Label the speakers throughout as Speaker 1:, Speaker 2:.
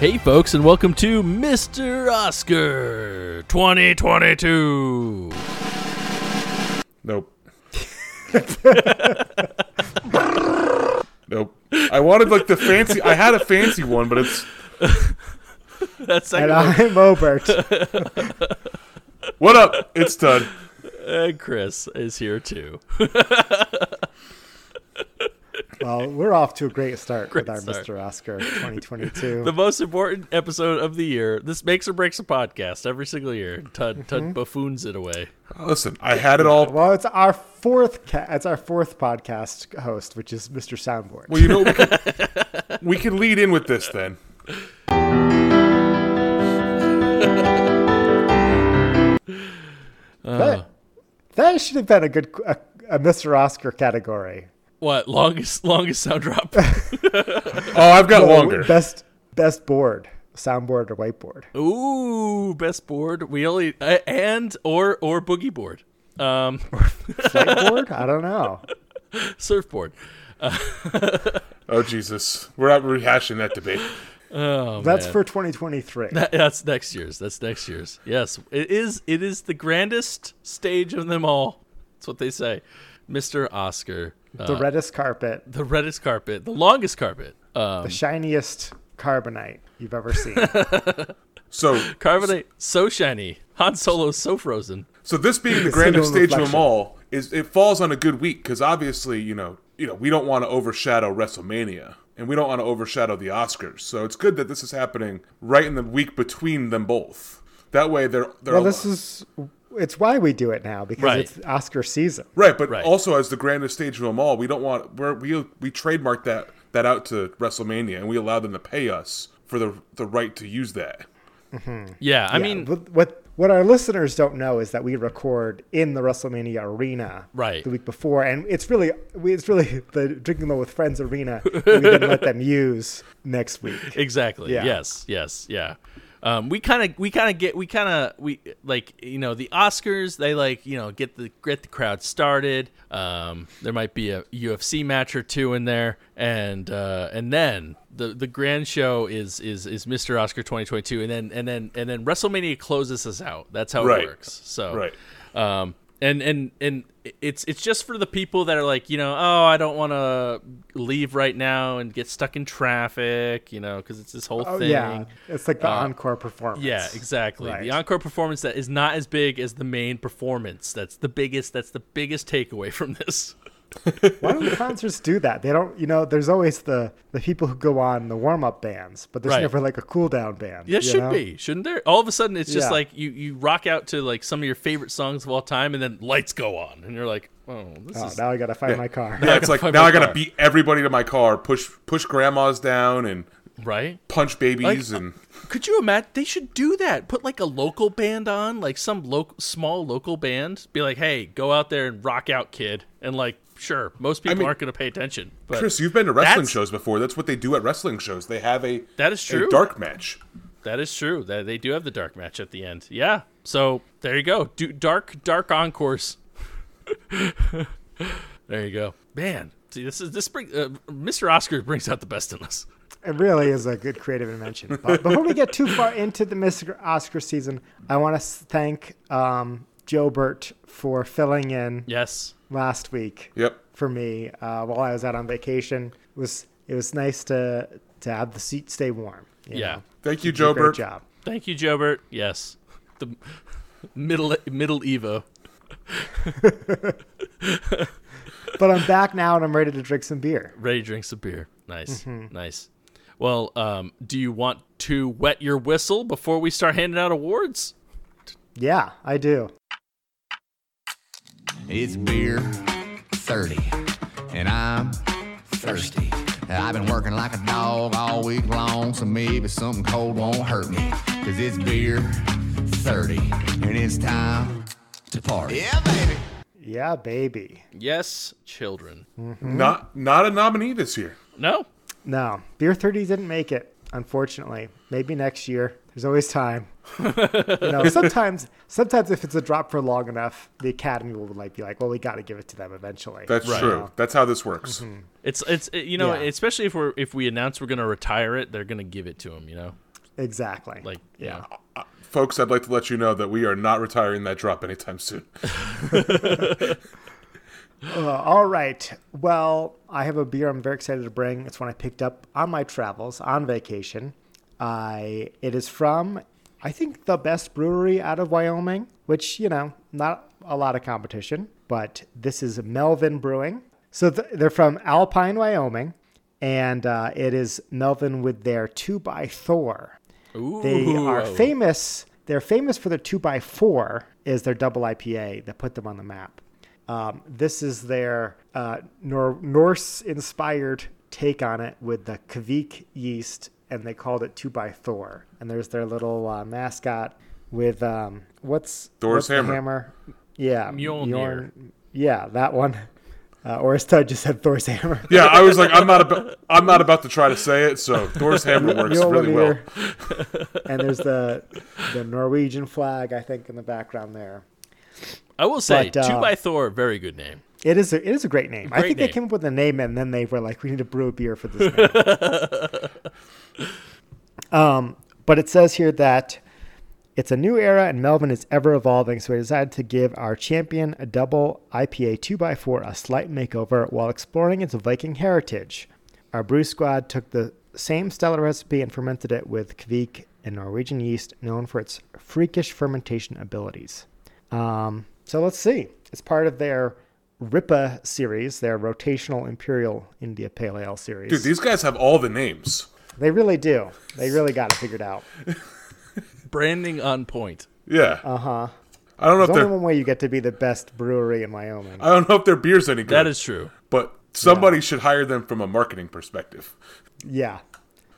Speaker 1: Hey, folks, and welcome to Mr. Oscar 2022.
Speaker 2: Nope. nope. I wanted like the fancy. I had a fancy one, but it's
Speaker 1: That's
Speaker 3: And
Speaker 1: second one.
Speaker 3: I'm Obert.
Speaker 2: what up? It's Tud.
Speaker 1: And Chris is here too.
Speaker 3: Well, we're off to a great start
Speaker 1: Great
Speaker 3: with our
Speaker 1: start.
Speaker 3: Mr. Oscar 2022.
Speaker 1: The most important episode of the year. This makes or breaks a podcast every single year. Tud, Tud buffoons it away.
Speaker 2: Listen, I had it all.
Speaker 3: well, it's our fourth. Ca- it's our fourth podcast host, which is Mr. Soundboard.
Speaker 2: Well, you know, we can, we can lead in with this then.
Speaker 3: that, that should have been a good a, a Mr. Oscar category.
Speaker 1: What longest longest sound drop?
Speaker 2: Oh, I've got
Speaker 3: Oh,
Speaker 2: longer.
Speaker 3: Best best board, soundboard or whiteboard.
Speaker 1: Ooh, best board. We only uh, and or or boogie board, um,
Speaker 3: Whiteboard? I don't know.
Speaker 1: surfboard.
Speaker 2: Oh Jesus, we're not rehashing that debate.
Speaker 1: Oh,
Speaker 3: That's
Speaker 1: man.
Speaker 3: for 2023.
Speaker 1: that's next year's. That's next year's. Yes, it is. It is the grandest stage of them all. That's what they say, Mister Oscar. Uh,
Speaker 3: the reddest carpet,
Speaker 1: the reddest carpet, the longest carpet. Um,
Speaker 3: the shiniest carbonite you've ever seen.
Speaker 2: So,
Speaker 1: Carbonate so shiny. Han Solo so frozen.
Speaker 2: so this being the
Speaker 3: It's
Speaker 2: grandest
Speaker 3: single
Speaker 2: stage of them
Speaker 3: reflection.
Speaker 2: all is it falls on a good week because obviously, you know, you know, we don't want to overshadow WrestleMania and we don't want to overshadow the Oscars. So it's good that this is happening right in the week between them both. That way, they're they're
Speaker 3: well,
Speaker 2: al-
Speaker 3: this is it's why we do it now because
Speaker 1: Right.
Speaker 3: it's Oscar season.
Speaker 2: Right, but
Speaker 1: Right.
Speaker 2: also as the grandest stage of them all, we don't want we're, we we trademark that that out to WrestleMania, and we allow them to pay us for the the right to use that.
Speaker 1: Yeah, I
Speaker 3: Yeah,
Speaker 1: mean,
Speaker 3: what what- what our listeners don't know is that we record in the WrestleMania arena
Speaker 1: Right.
Speaker 3: the week before, and it's really we- it's really the Drinking Low with Friends arena that we didn't let them use next week.
Speaker 1: exactly.
Speaker 3: Yeah.
Speaker 1: Yes, yes, yeah. Um, we kind of, we kind of get, we kind of, we like, you know, the Oscars. They like, you know, get the get the crowd started. Um, there might be a UFC match or two in there, and uh, and then the the grand show is is is Mr. Oscar 2022, and then and then and then WrestleMania closes us out. That's how
Speaker 2: Right.
Speaker 1: it works. So
Speaker 2: Right.
Speaker 1: um, and and and it's it's just for the people that are like you know oh I don't want to leave right now and get stuck in traffic you know because it's this whole
Speaker 3: Oh
Speaker 1: thing
Speaker 3: yeah, it's like the encore performance.
Speaker 1: Uh, Yeah, exactly the
Speaker 3: Right.
Speaker 1: encore performance that is not as big as the main performance that's the biggest that's the biggest takeaway from this
Speaker 3: Why don't concerts do that? They don't. You know, there's always the the people who go on the warm up bands, but there's
Speaker 1: Right.
Speaker 3: never like a cool down band.
Speaker 1: yeah
Speaker 3: you
Speaker 1: should
Speaker 3: know?
Speaker 1: be shouldn't there all of a sudden it's just
Speaker 3: Yeah.
Speaker 1: like you you rock out to like some of your favorite songs of all time and then lights go on and you're like oh this
Speaker 3: Oh,
Speaker 1: is
Speaker 3: now I gotta find my car.
Speaker 2: Yeah, it's like
Speaker 1: find
Speaker 2: now
Speaker 1: my
Speaker 2: I gotta
Speaker 1: car.
Speaker 2: beat everybody to my car, push push grandmas down, and
Speaker 1: right
Speaker 2: punch babies,
Speaker 1: Like,
Speaker 2: and
Speaker 1: Could you imagine? They should do that. Put like a local band on, like some local, small local band. Be like, hey, go out there and rock out, kid. And like, sure, most people
Speaker 2: mean-
Speaker 1: aren't going to pay attention, but
Speaker 2: Chris, you've been to wrestling
Speaker 1: that's-
Speaker 2: shows before. That's what they do at wrestling shows. They have a
Speaker 1: That is
Speaker 2: a
Speaker 1: true.
Speaker 2: dark match.
Speaker 1: that is true. That they do have the dark match at the end. Yeah. So there you go. Do, dark, dark encores. there you go, man. See, this is this bring uh, Mr. Oscar brings out the best in us.
Speaker 3: It really is a good creative invention. But before we get too far into the Mr. Oscar season, I want to thank um, Joe Burt for filling in
Speaker 1: Yes.
Speaker 3: last week
Speaker 2: Yep.
Speaker 3: for me uh, while I was out on vacation. It was it was nice to to have the seat stay warm. you
Speaker 1: Yeah.
Speaker 3: know.
Speaker 2: Thank you,
Speaker 3: Did a Great
Speaker 2: Jobert.
Speaker 3: job.
Speaker 1: Thank you, Jobert. Yes. The middle middle Evo.
Speaker 3: But I'm back now and I'm ready to drink some beer.
Speaker 1: ready to drink some beer. Nice,
Speaker 3: Mm-hmm.
Speaker 1: nice. Well, um, do you want to wet your whistle before we start handing out awards?
Speaker 3: Yeah, I do.
Speaker 4: It's beer 30, and I'm thirsty. I've been working like a dog all week long, so maybe something cold won't hurt me. Cause it's beer 30, and it's time to party. Yeah, baby.
Speaker 3: Yeah, baby.
Speaker 1: Yes, children.
Speaker 2: Not not a nominee this year.
Speaker 1: No.
Speaker 3: No, beer thirty didn't make it. Unfortunately, maybe next year. There's always time. you know, sometimes, sometimes if it's a drop for long enough, the academy will like be like, "Well, we got to give it to them eventually."
Speaker 2: That's
Speaker 1: Right.
Speaker 2: true. That's how this works.
Speaker 3: Mm-hmm.
Speaker 1: It's it's it- you know
Speaker 3: Yeah.
Speaker 1: especially if we're if we announce we're gonna retire it they're gonna give it to him you know
Speaker 3: Exactly.
Speaker 1: Like, yeah.
Speaker 2: Folks, I'd like to let you know that we are not retiring that drop anytime soon.
Speaker 3: All right. Well, I have a beer I'm very excited to bring. It's one I picked up on my travels on vacation. I it is from I think the best brewery out of Wyoming, which, you know, not a lot of competition, but this is Melvin Brewing. So th- they're from Alpine, Wyoming, and uh, it is Melvin with their 2 by Thor.
Speaker 1: Ooh.
Speaker 3: They are famous. They're famous for their two by four is their double IPA that put them on the map. Um, this is their uh, Nor- Norse inspired take on it with the Kvik yeast, and they called it two by Thor. And there's their little uh, mascot with um, what's
Speaker 2: Thor's
Speaker 3: what's the
Speaker 2: hammer.
Speaker 3: hammer? Yeah,
Speaker 1: Mjolnir.
Speaker 3: Bjorn- Yeah, that one. Uh, or as Todd just said, Thor's hammer.
Speaker 2: Yeah, I was like, I'm not about, I'm not about to try to say it. So Thor's hammer works really well.
Speaker 3: Mjolnir. and there's the the Norwegian flag, I think, in the background there.
Speaker 1: I will say,
Speaker 3: But, uh,
Speaker 1: Two by Thor, very good name.
Speaker 3: It is a, it is a great name. I
Speaker 1: Great
Speaker 3: think
Speaker 1: name.
Speaker 3: they came up with a name and then they were like, we need to brew a beer for this. Name. um, but it says here that it's a new era and Melvin is ever evolving, so we decided to give our champion a double IPA 2x4 a slight makeover while exploring its Viking heritage. Our brew squad took the same stellar recipe and fermented it with Kvik and Norwegian yeast, known for its freakish fermentation abilities. Um, so let's see. It's part of their RIPA series, their rotational imperial India Pale Ale series.
Speaker 2: Dude, these guys have all the names.
Speaker 3: they really do. They really got it figured out.
Speaker 1: Branding on point.
Speaker 2: Yeah. Uh huh. I don't know if
Speaker 3: There's Uh-huh. only
Speaker 2: they're,
Speaker 3: one way you get to be the best brewery in Wyoming.
Speaker 2: I don't know if their beer's any good.
Speaker 1: That is true.
Speaker 2: but somebody should hire them from a marketing perspective.
Speaker 3: Yeah,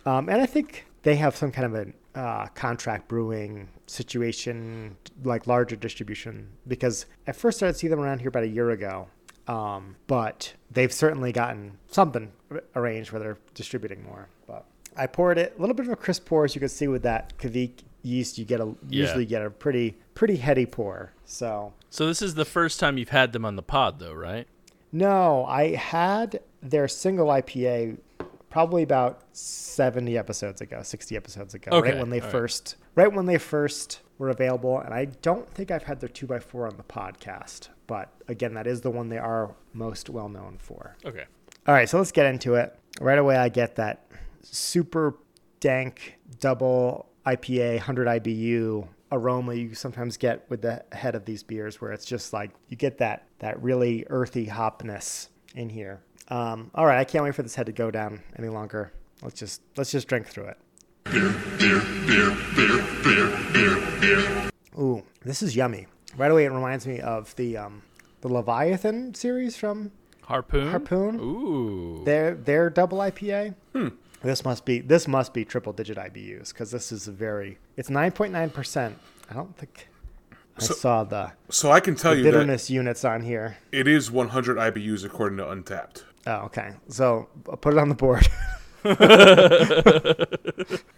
Speaker 3: um, and I think they have some kind of a uh, contract brewing situation, like larger distribution. Because at first started to see them around here about a year ago, um, but they've certainly gotten something ar- arranged where they're distributing more. But I poured it a little bit of a crisp pour, as you can see with that Kavik yeast. You get a
Speaker 1: Yeah.
Speaker 3: usually get a pretty pretty heady pour. So
Speaker 1: So this is the first time you've had them on the pod, though, right?
Speaker 3: No, I had their single IPA probably about 70 episodes ago, 60 episodes ago,
Speaker 1: Okay,
Speaker 3: right when they
Speaker 1: all right.
Speaker 3: first right when they first were available and I don't think I've had their 2x4 on the podcast, but again that is the one they are most well known for.
Speaker 1: Okay.
Speaker 3: All right, so let's get into it. Right away, I get that super dank double IPA, 100 IBU aroma you sometimes get with the head of these beers, where it's just like you get that that really earthy hopness in here. Um, all right, I can't wait for this head to go down any longer. Let's just let's just drink through it. Ooh, this is yummy. Right away, it reminds me of the um, the Leviathan series from
Speaker 1: Harpoon.
Speaker 3: Harpoon?
Speaker 1: Ooh.
Speaker 3: their their double IPA. This must be this must be triple digit IBUs because this is a very it's nine point nine percent. I don't think I saw the
Speaker 2: So I can tell Oh, you
Speaker 3: bitterness units on here.
Speaker 2: that it is 100 IBUs according to Untapped.
Speaker 3: Oh, okay. So I'll put it on the board.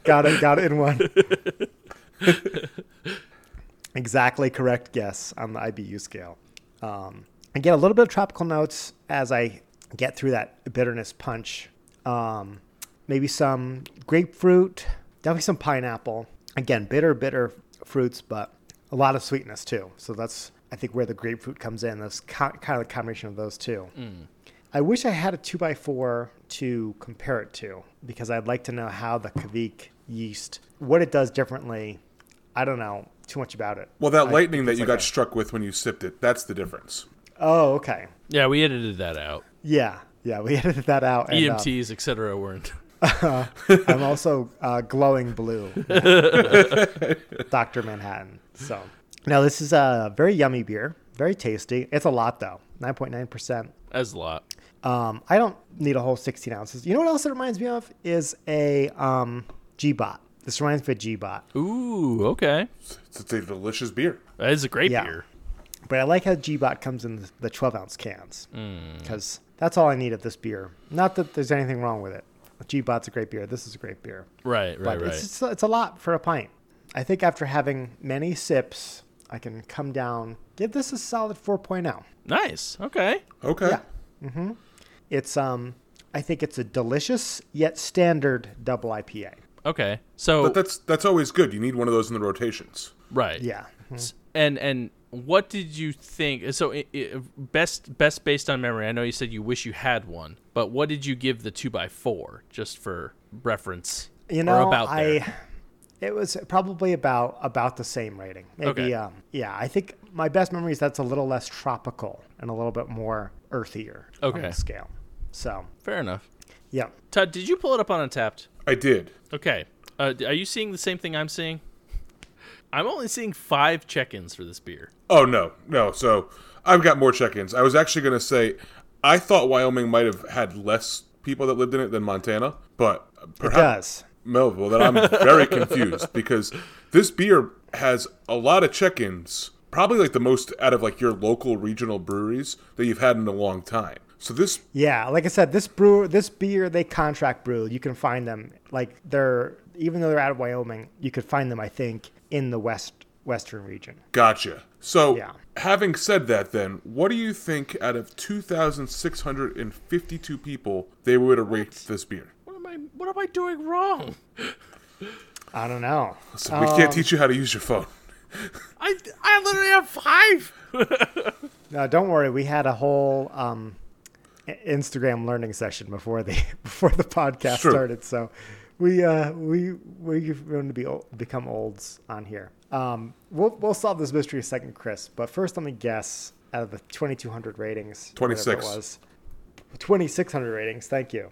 Speaker 3: got it. Got it in one. exactly correct guess on the IBU scale. Um, I get a little bit of tropical notes as I get through that bitterness punch. Um, maybe some grapefruit, definitely some pineapple. Again, bitter, bitter fruits, but a lot of sweetness too. So that's I think where the grapefruit comes in. That's co- kind of the combination of those two. I wish I had a two by four to compare it to because I'd like to know how the Kavik yeast, what it does differently. I don't know too much about it.
Speaker 2: Well, that lightning that you got struck with when you sipped it, that's the difference.
Speaker 3: Oh, okay.
Speaker 1: Yeah, we edited that out. E
Speaker 3: Yeah, yeah. We edited that out. And, uh,
Speaker 1: EMTs, etc. weren't.
Speaker 3: I'm also uh, glowing blue, Doctor Manhattan. So now this is a very yummy beer, very tasty. It's a lot though, nine point nine percent.
Speaker 1: That's a lot.
Speaker 3: Um, I don't need a whole 16 ounces. You know what else it reminds me of is a um, G-Bot. This reminds me of G-Bot.
Speaker 1: Ooh. Okay.
Speaker 2: It's, it's a delicious beer.
Speaker 1: That is a great
Speaker 3: Yeah.
Speaker 1: beer.
Speaker 3: But I like how G-Bot comes in the 12 ounce cans
Speaker 1: Mm.
Speaker 3: because that's all I need of this beer. Not that there's anything wrong with it. G-Bot's a great beer. This is a great beer.
Speaker 1: Right. Right.
Speaker 3: But
Speaker 1: right.
Speaker 3: it's, it's, it's a lot for a pint. I think after having many sips, I can come down, give this a solid oh. 4.0.
Speaker 1: Nice. Okay.
Speaker 2: Okay.
Speaker 3: Yeah. It's um I think it's a delicious yet standard double IPA.
Speaker 1: Okay. So
Speaker 2: But that's that's always good. You need one of those in the rotations.
Speaker 1: right.
Speaker 3: Yeah.
Speaker 1: S- And and what did you think? uh, So i i best best based on memory. I know you said you wish you had one, but what did you give the two by four just for reference?
Speaker 3: You
Speaker 1: or
Speaker 3: know,
Speaker 1: about there?
Speaker 3: I it was probably about about the same rating. Maybe
Speaker 1: Okay.
Speaker 3: um, yeah, I think my best memory is that's a little less tropical and a little bit more earthier on
Speaker 1: Okay.
Speaker 3: the scale. So
Speaker 1: fair enough.
Speaker 3: yeah.
Speaker 1: Todd, did you pull it up on Untapped?
Speaker 2: I did.
Speaker 1: Okay. Uh, d- are you seeing the same thing I'm seeing? I'm only seeing five check-ins for this beer.
Speaker 2: Oh no, no. So I've got more check-ins. I was actually gonna say I thought Wyoming might have had less people that lived in it than Montana, but
Speaker 3: It
Speaker 2: perhaps
Speaker 3: does.
Speaker 2: No, well then I'm very confused because this beer has a lot of check-ins, probably like the most out of like your local regional breweries that you've had in a long time. So this
Speaker 3: Yeah, like I said, this brewer, this beer, they contract brew. You can find them like they're even though they're out of Wyoming, you could find them. I think in the west western region.
Speaker 2: Gotcha. So,
Speaker 3: Yeah.
Speaker 2: having said that, then, what do you think out of 2,652 people they would have rated this beer?
Speaker 1: What am I? What am I doing wrong?
Speaker 3: I don't know.
Speaker 2: So we can't teach you how to use your phone.
Speaker 1: I I literally have five.
Speaker 3: No, don't worry. We had a whole um, I- Instagram learning session before the before the podcast
Speaker 2: Sure.
Speaker 3: started, so we uh, we we're going to be old, become olds on here. Um, we'll we'll solve this mystery in a second, Chris. But first, let me guess out of the twenty two hundred ratings, whatever
Speaker 2: 26.
Speaker 3: it was twenty six hundred ratings. Thank you.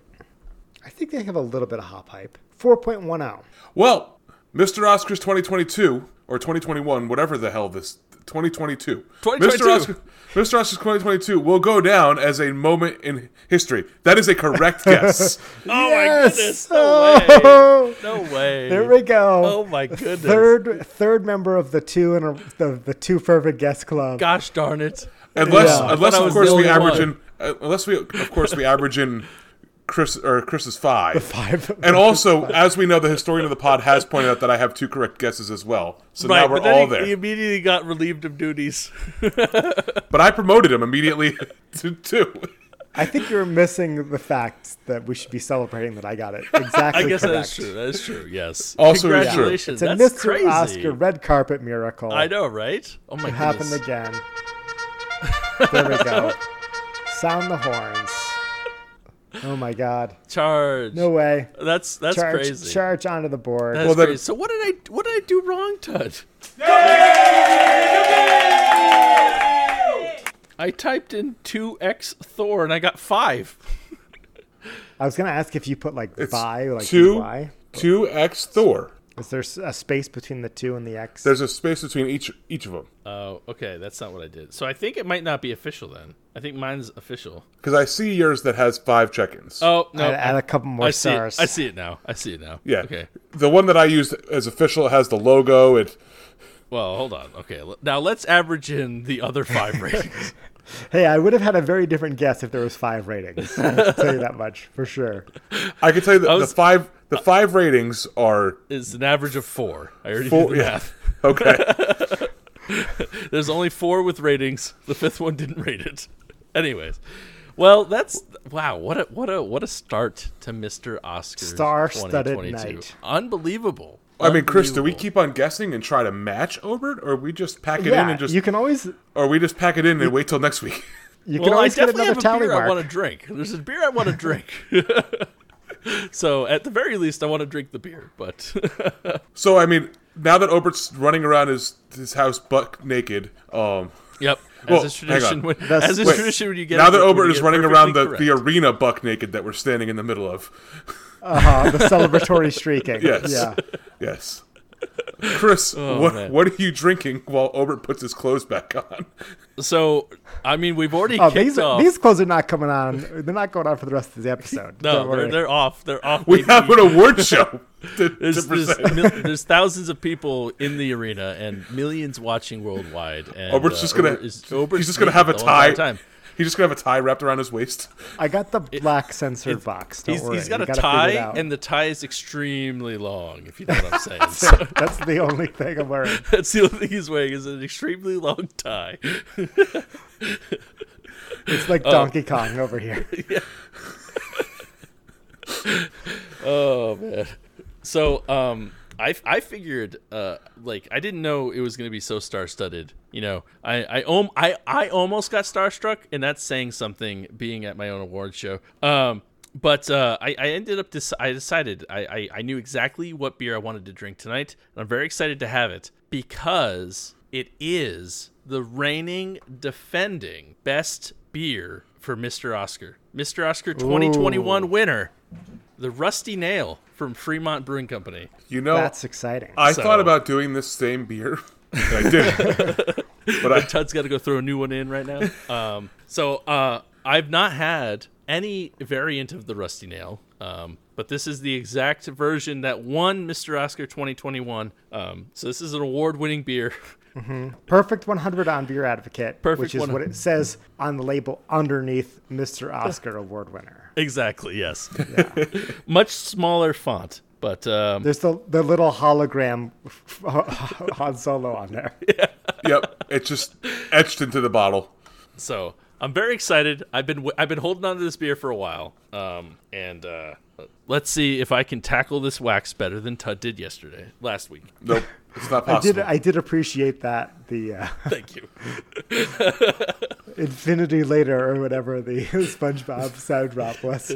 Speaker 3: I think they have a little bit of hop hype. Four point one oh. zero.
Speaker 2: Well, Mr. Oscars 2022 or 2021, whatever the hell this 2022.
Speaker 1: 2022.
Speaker 2: Mr. Oscar, Mr. Oscars 2022 will go down as a moment in history. That is a correct guess.
Speaker 1: Oh
Speaker 3: Yes!
Speaker 1: my
Speaker 3: Oh!
Speaker 1: goodness! No way! No way!
Speaker 3: There we go.
Speaker 1: Oh my goodness!
Speaker 3: Third third member of the two and the, the two fervent guest club.
Speaker 1: Gosh darn it!
Speaker 2: Unless,
Speaker 3: Yeah.
Speaker 1: I
Speaker 2: unless
Speaker 1: thought I
Speaker 2: of
Speaker 1: was
Speaker 2: course
Speaker 1: the
Speaker 2: we
Speaker 1: only
Speaker 2: average
Speaker 1: one.
Speaker 2: in, uh, unless we of course we average in Chris or Chris's five.
Speaker 3: Five.
Speaker 2: And also, as we know, the historian of the pod has pointed out that I have two correct guesses as well. So now we're
Speaker 1: but then
Speaker 2: all
Speaker 1: he,
Speaker 2: there.
Speaker 1: he immediately got relieved of duties.
Speaker 2: But I promoted him immediately to two.
Speaker 3: I think you're missing the fact that we should be celebrating that I got it exactly
Speaker 1: I guess
Speaker 3: correct.
Speaker 1: that is true. That is true. Yes.
Speaker 2: Also is true.
Speaker 1: congratulations.
Speaker 3: It's a
Speaker 1: That's
Speaker 3: Mr.
Speaker 1: crazy.
Speaker 3: Oscar red carpet miracle.
Speaker 1: I know, right? Oh my
Speaker 3: It happened
Speaker 1: goodness!
Speaker 3: again. There we go. Sound the horns. Oh my God!
Speaker 1: Charge.
Speaker 3: No way.
Speaker 1: That's that's
Speaker 3: Charge,
Speaker 1: crazy.
Speaker 3: charge onto the board.
Speaker 1: That's
Speaker 2: Well, then-
Speaker 1: crazy. So what did I what did I do wrong, Todd? I typed in two X Thor and I got five.
Speaker 3: I was gonna ask if you put like by, like
Speaker 1: E
Speaker 2: two,
Speaker 3: by.
Speaker 2: two X Thor.
Speaker 3: Is there s- a space between the two and the X?
Speaker 2: There's a space between each each of them
Speaker 1: Oh, okay, that's not what I did. So I think it might not be official then. I think mine's official.
Speaker 2: because I see yours that has five check-ins.
Speaker 1: Oh no,
Speaker 3: I'd add a couple more
Speaker 1: I see. It.
Speaker 3: stars.
Speaker 1: I see it now. I see it now.
Speaker 2: yeah.
Speaker 1: Okay.
Speaker 2: The one that I used as official has the logo. It
Speaker 1: Well, hold on. Okay. l- Now let's average in the other five ratings.
Speaker 3: Hey, I would have had a very different guess if there was five ratings. I can tell you that much for sure.
Speaker 2: I can tell you that
Speaker 1: was-
Speaker 2: the five the five ratings are
Speaker 1: It's an average of four. I already
Speaker 2: four.
Speaker 1: did the
Speaker 2: Yeah.
Speaker 1: math.
Speaker 2: Okay.
Speaker 1: There's only four with ratings. The fifth one didn't rate it. Anyways, well, that's wow. What a what a what a start to Mr. Oscar
Speaker 3: Star-studded night.
Speaker 1: Unbelievable.
Speaker 2: I mean, Chris, do we
Speaker 1: Unbelievable.
Speaker 2: keep on guessing and try to match Obert, or we just pack it in
Speaker 3: Yeah,
Speaker 2: and just
Speaker 3: you can always you
Speaker 2: or we just pack it in and wait till next week?
Speaker 3: can
Speaker 1: Well, I
Speaker 3: always get
Speaker 1: definitely
Speaker 3: another
Speaker 1: have a
Speaker 3: tally
Speaker 1: beer I
Speaker 3: mark.
Speaker 1: want to drink. There's a beer I want to drink. so at the very least, I want to drink the beer. But
Speaker 2: so I mean, now that Obert's running around his his house buck naked, um,
Speaker 1: yep, as
Speaker 2: Well,
Speaker 1: is
Speaker 2: hang on.
Speaker 1: tradition, when,
Speaker 3: That's-
Speaker 1: as is
Speaker 2: wait,
Speaker 1: tradition, when you get
Speaker 2: now
Speaker 1: it-
Speaker 2: that
Speaker 1: when you
Speaker 2: Obert
Speaker 1: get
Speaker 2: is
Speaker 1: it
Speaker 2: running around the,
Speaker 1: perfectly
Speaker 2: the
Speaker 1: correct.
Speaker 2: arena buck naked that we're standing in the middle of,
Speaker 3: Uh, the celebratory streaking.
Speaker 2: yes,
Speaker 3: Yeah.
Speaker 2: yes. Chris, what
Speaker 1: man.
Speaker 2: what are you drinking while Obert puts his clothes back on?
Speaker 1: so I mean, we've already
Speaker 3: Oh,
Speaker 1: kicked
Speaker 3: these
Speaker 1: off.
Speaker 3: these clothes are not coming on. They're not going on for the rest of the episode. Don't
Speaker 1: no,
Speaker 3: worry.
Speaker 1: they're, they're off. They're off.
Speaker 2: We
Speaker 1: baby.
Speaker 2: have an award show. To,
Speaker 1: there's,
Speaker 2: to
Speaker 1: there's,
Speaker 2: present.
Speaker 1: mil- there's thousands of people in the arena and millions watching worldwide. And, uh,
Speaker 2: Obert's just gonna
Speaker 1: Ober is- Ober's
Speaker 2: he's just gonna
Speaker 1: naked
Speaker 2: have a
Speaker 1: the whole entire
Speaker 2: tie.
Speaker 1: time.
Speaker 2: He's just gonna have a tie wrapped around his waist.
Speaker 3: I got the black censored box. Don't
Speaker 1: He's,
Speaker 3: worry.
Speaker 1: he's got
Speaker 3: You
Speaker 1: a
Speaker 3: gotta figure it
Speaker 1: tie,
Speaker 3: out.
Speaker 1: and the tie is extremely long. If you know what I'm saying, so
Speaker 3: that's the only thing I'm wearing.
Speaker 1: that's the only thing he's wearing is an extremely long tie.
Speaker 3: It's like
Speaker 1: Oh.
Speaker 3: Donkey Kong over here.
Speaker 1: Oh man. So um, I I figured uh like I didn't know it was gonna be so star studded. You know, I I, om- I I almost got starstruck, and that's saying something. Being at my own award show, um, but uh, I I ended up dec- I decided I, I I knew exactly what beer I wanted to drink tonight, and I'm very excited to have it because it is the reigning defending best beer for Mr. Oscar, Mr. Oscar 2021 winner the Rusty Nail from Fremont Brewing Company.
Speaker 2: You know,
Speaker 3: That's exciting.
Speaker 2: I
Speaker 1: so-
Speaker 2: thought about doing this same beer, and I didn't. but I,
Speaker 1: Tud's got to go throw a new one in right now. Um, so uh, I've not had any variant of the Rusty Nail, um, but this is the exact version that won Mr. Oscar 2021. Um, so this is an award-winning beer.
Speaker 3: Perfect 100 on beer advocate,
Speaker 1: Perfect
Speaker 3: which is
Speaker 1: 100.
Speaker 3: what it says on the label underneath Mr. Oscar Award winner.
Speaker 1: exactly. Yes. Much smaller font, but um,
Speaker 3: There's the the little hologram Han Solo on there.
Speaker 2: yep, it's just etched into the bottle.
Speaker 1: So I'm very excited. I've been I've been holding on to this beer for a while, um, and uh, let's see if I can tackle this wax better than Tud did yesterday last week.
Speaker 2: Nope, it's not
Speaker 3: I did
Speaker 2: possible.
Speaker 3: I did appreciate that the uh,
Speaker 1: Thank you.
Speaker 3: infinity later or whatever the SpongeBob sound drop was.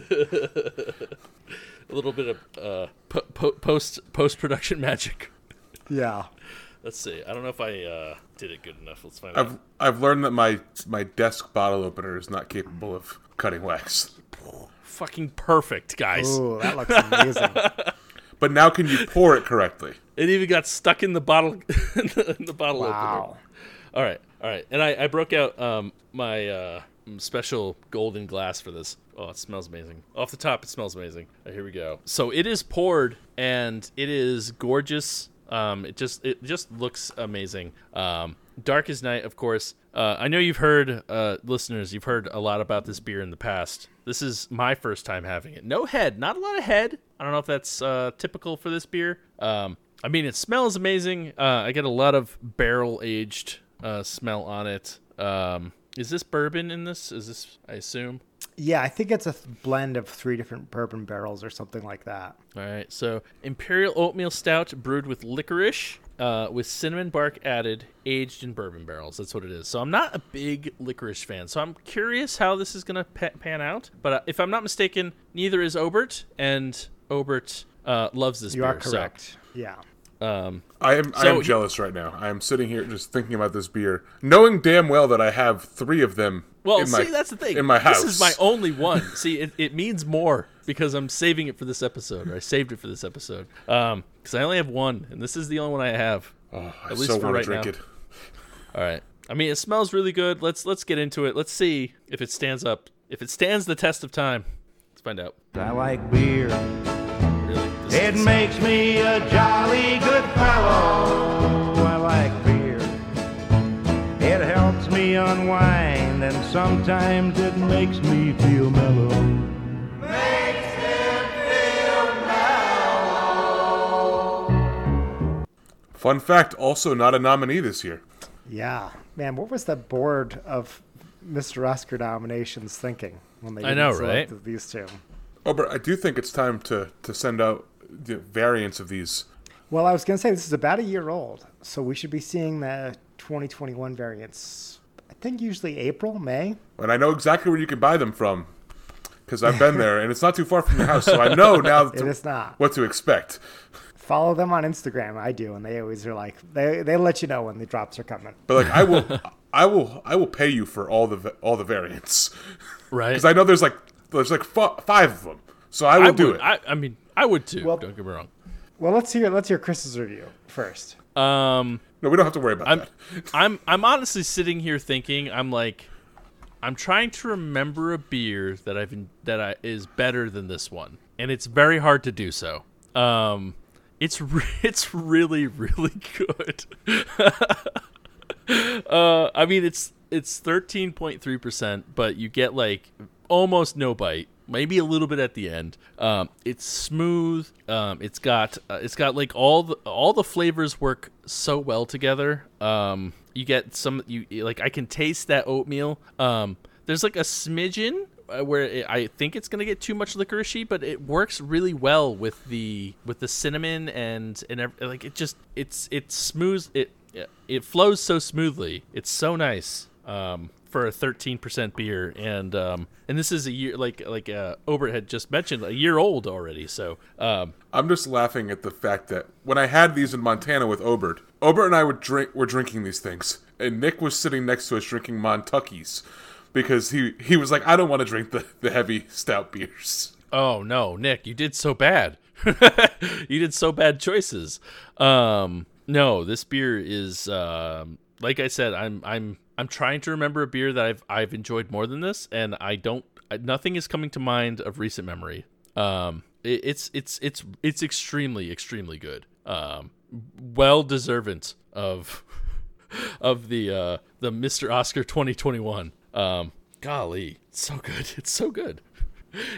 Speaker 1: A little bit of uh, po- po- post post production magic.
Speaker 3: Yeah.
Speaker 1: Let's see. I don't know if I uh, did it good enough. Let's find
Speaker 2: I've
Speaker 1: out.
Speaker 2: I've learned that my my desk bottle opener is not capable of cutting wax.
Speaker 1: Fucking perfect, guys.
Speaker 3: Ooh, that looks amazing.
Speaker 2: But now, can you pour it correctly?
Speaker 1: It even got stuck in the bottle in the, in the bottle opener.
Speaker 3: Wow.
Speaker 1: All right, all right. And I, I broke out um, my uh, special golden glass for this. Oh, it smells amazing. Off the top, it smells amazing. All right, here we go. So it is poured, and it is gorgeous. Um, it just it just looks amazing. Um, Dark as night, of course. Uh, I know you've heard, uh, listeners, you've heard a lot about this beer in the past. This is my first time having it. No head, not a lot of head. I don't know if that's uh, typical for this beer. Um, I mean, it smells amazing. Uh, I get a lot of barrel aged uh, smell on it. Um, is this bourbon in this? Is this? I assume.
Speaker 3: Yeah, I think it's a th- blend of three different bourbon barrels or something like that.
Speaker 1: All right. So imperial oatmeal stout brewed with licorice, uh, with cinnamon bark added, aged in bourbon barrels. That's what it is. So I'm not a big licorice fan. So I'm curious how this is gonna pa- pan out. But uh, if I'm not mistaken, neither is Obert, and Obert uh, loves this
Speaker 3: You
Speaker 1: beer.
Speaker 3: are
Speaker 1: so-
Speaker 3: correct. Yeah.
Speaker 2: I am I
Speaker 1: So
Speaker 2: am
Speaker 1: you-
Speaker 2: jealous right now. I am sitting here just thinking about this beer, knowing damn well that I have three of them.
Speaker 1: Well,
Speaker 2: in
Speaker 1: see,
Speaker 2: my,
Speaker 1: that's the thing.
Speaker 2: In my house,
Speaker 1: This is my only one. see, it, it means more because I'm saving it for this episode, or I saved it for this episode. Um, because I only have one, and this is the only one I have.
Speaker 2: Oh, I
Speaker 1: at least
Speaker 2: so
Speaker 1: for
Speaker 2: wanna
Speaker 1: right
Speaker 2: drink
Speaker 1: now.
Speaker 2: it.
Speaker 1: All right. I mean, it smells really good. Let's let's get into it. Let's see if it stands up. If it stands the test of time. Let's find out.
Speaker 5: I like beer.
Speaker 1: Really. This
Speaker 5: It
Speaker 1: is-
Speaker 5: makes me a jolly good fellow. I like beer. It helps me unwind, and sometimes it makes me feel mellow.
Speaker 2: Fun fact: also not a nominee this year.
Speaker 3: Yeah. Man, what was the board of Mr. Oscar nominations thinking when they
Speaker 1: I know,
Speaker 3: even
Speaker 1: right?
Speaker 3: selected these two?
Speaker 2: Oh, but I do think it's time to to send out the variants of these.
Speaker 3: Well, I was going to say this is about a year old, so we should be seeing the 2021 variants. I think usually April, May.
Speaker 2: and I know exactly where you can buy them from because I've been there, and it's not too far from your house, so I know now
Speaker 3: It is not.
Speaker 2: what to expect.
Speaker 3: Follow them on Instagram. I do, and they always are like they they let you know when the drops are coming.
Speaker 2: But like, I will, I will, I will pay you for all the va- all the variants
Speaker 1: right.
Speaker 2: because I know there's like there's like f- five of them, so I will
Speaker 1: I
Speaker 2: do
Speaker 1: would-
Speaker 2: it.
Speaker 1: I, I mean, I would too.
Speaker 3: Well-
Speaker 1: don't get me wrong.
Speaker 3: Well, let's hear let's hear Chris's review first.
Speaker 1: Um,
Speaker 2: no, we don't have to worry about
Speaker 1: I'm,
Speaker 2: that.
Speaker 1: I'm, I'm honestly sitting here thinking. I'm like, I'm trying to remember a beer that I've that I is better than this one, and it's very hard to do so. Um, it's re- it's really really good. uh, I mean it's it's thirteen point three percent, but you get like almost no bite, maybe a little bit at the end. Um, it's smooth. Um, it's got uh, it's got like all the all the flavors work so well together. Um, you get some you like I can taste that oatmeal. Um, there's like a smidgen uh, uh, where it, I think it's gonna get too much licoricey, but it works really well with the with the cinnamon and and ev- like it just it's it's smooth it it flows so smoothly. It's so nice um, for a 13% beer, and um, and this is a year like like uh, Obert had just mentioned, a year old already. So um,
Speaker 2: I'm just laughing at the fact that when I had these in Montana with Obert, Obert and I would drink were drinking these things, and Nick was sitting next to us drinking Montuckies because he he was like, I don't want to drink the, the heavy stout beers.
Speaker 1: oh no, Nick, you did so bad. you did so bad choices. Um, no, this beer is um, like I said, I'm I'm I'm trying to remember a beer that I've I've enjoyed more than this, and I don't. I- Nothing is coming to mind of recent memory. Um, it, it's it's it's it's extremely extremely good. Um, well deserving of of the uh, the Mr. Oscar 2021. Um, golly, it's so good. It's so good.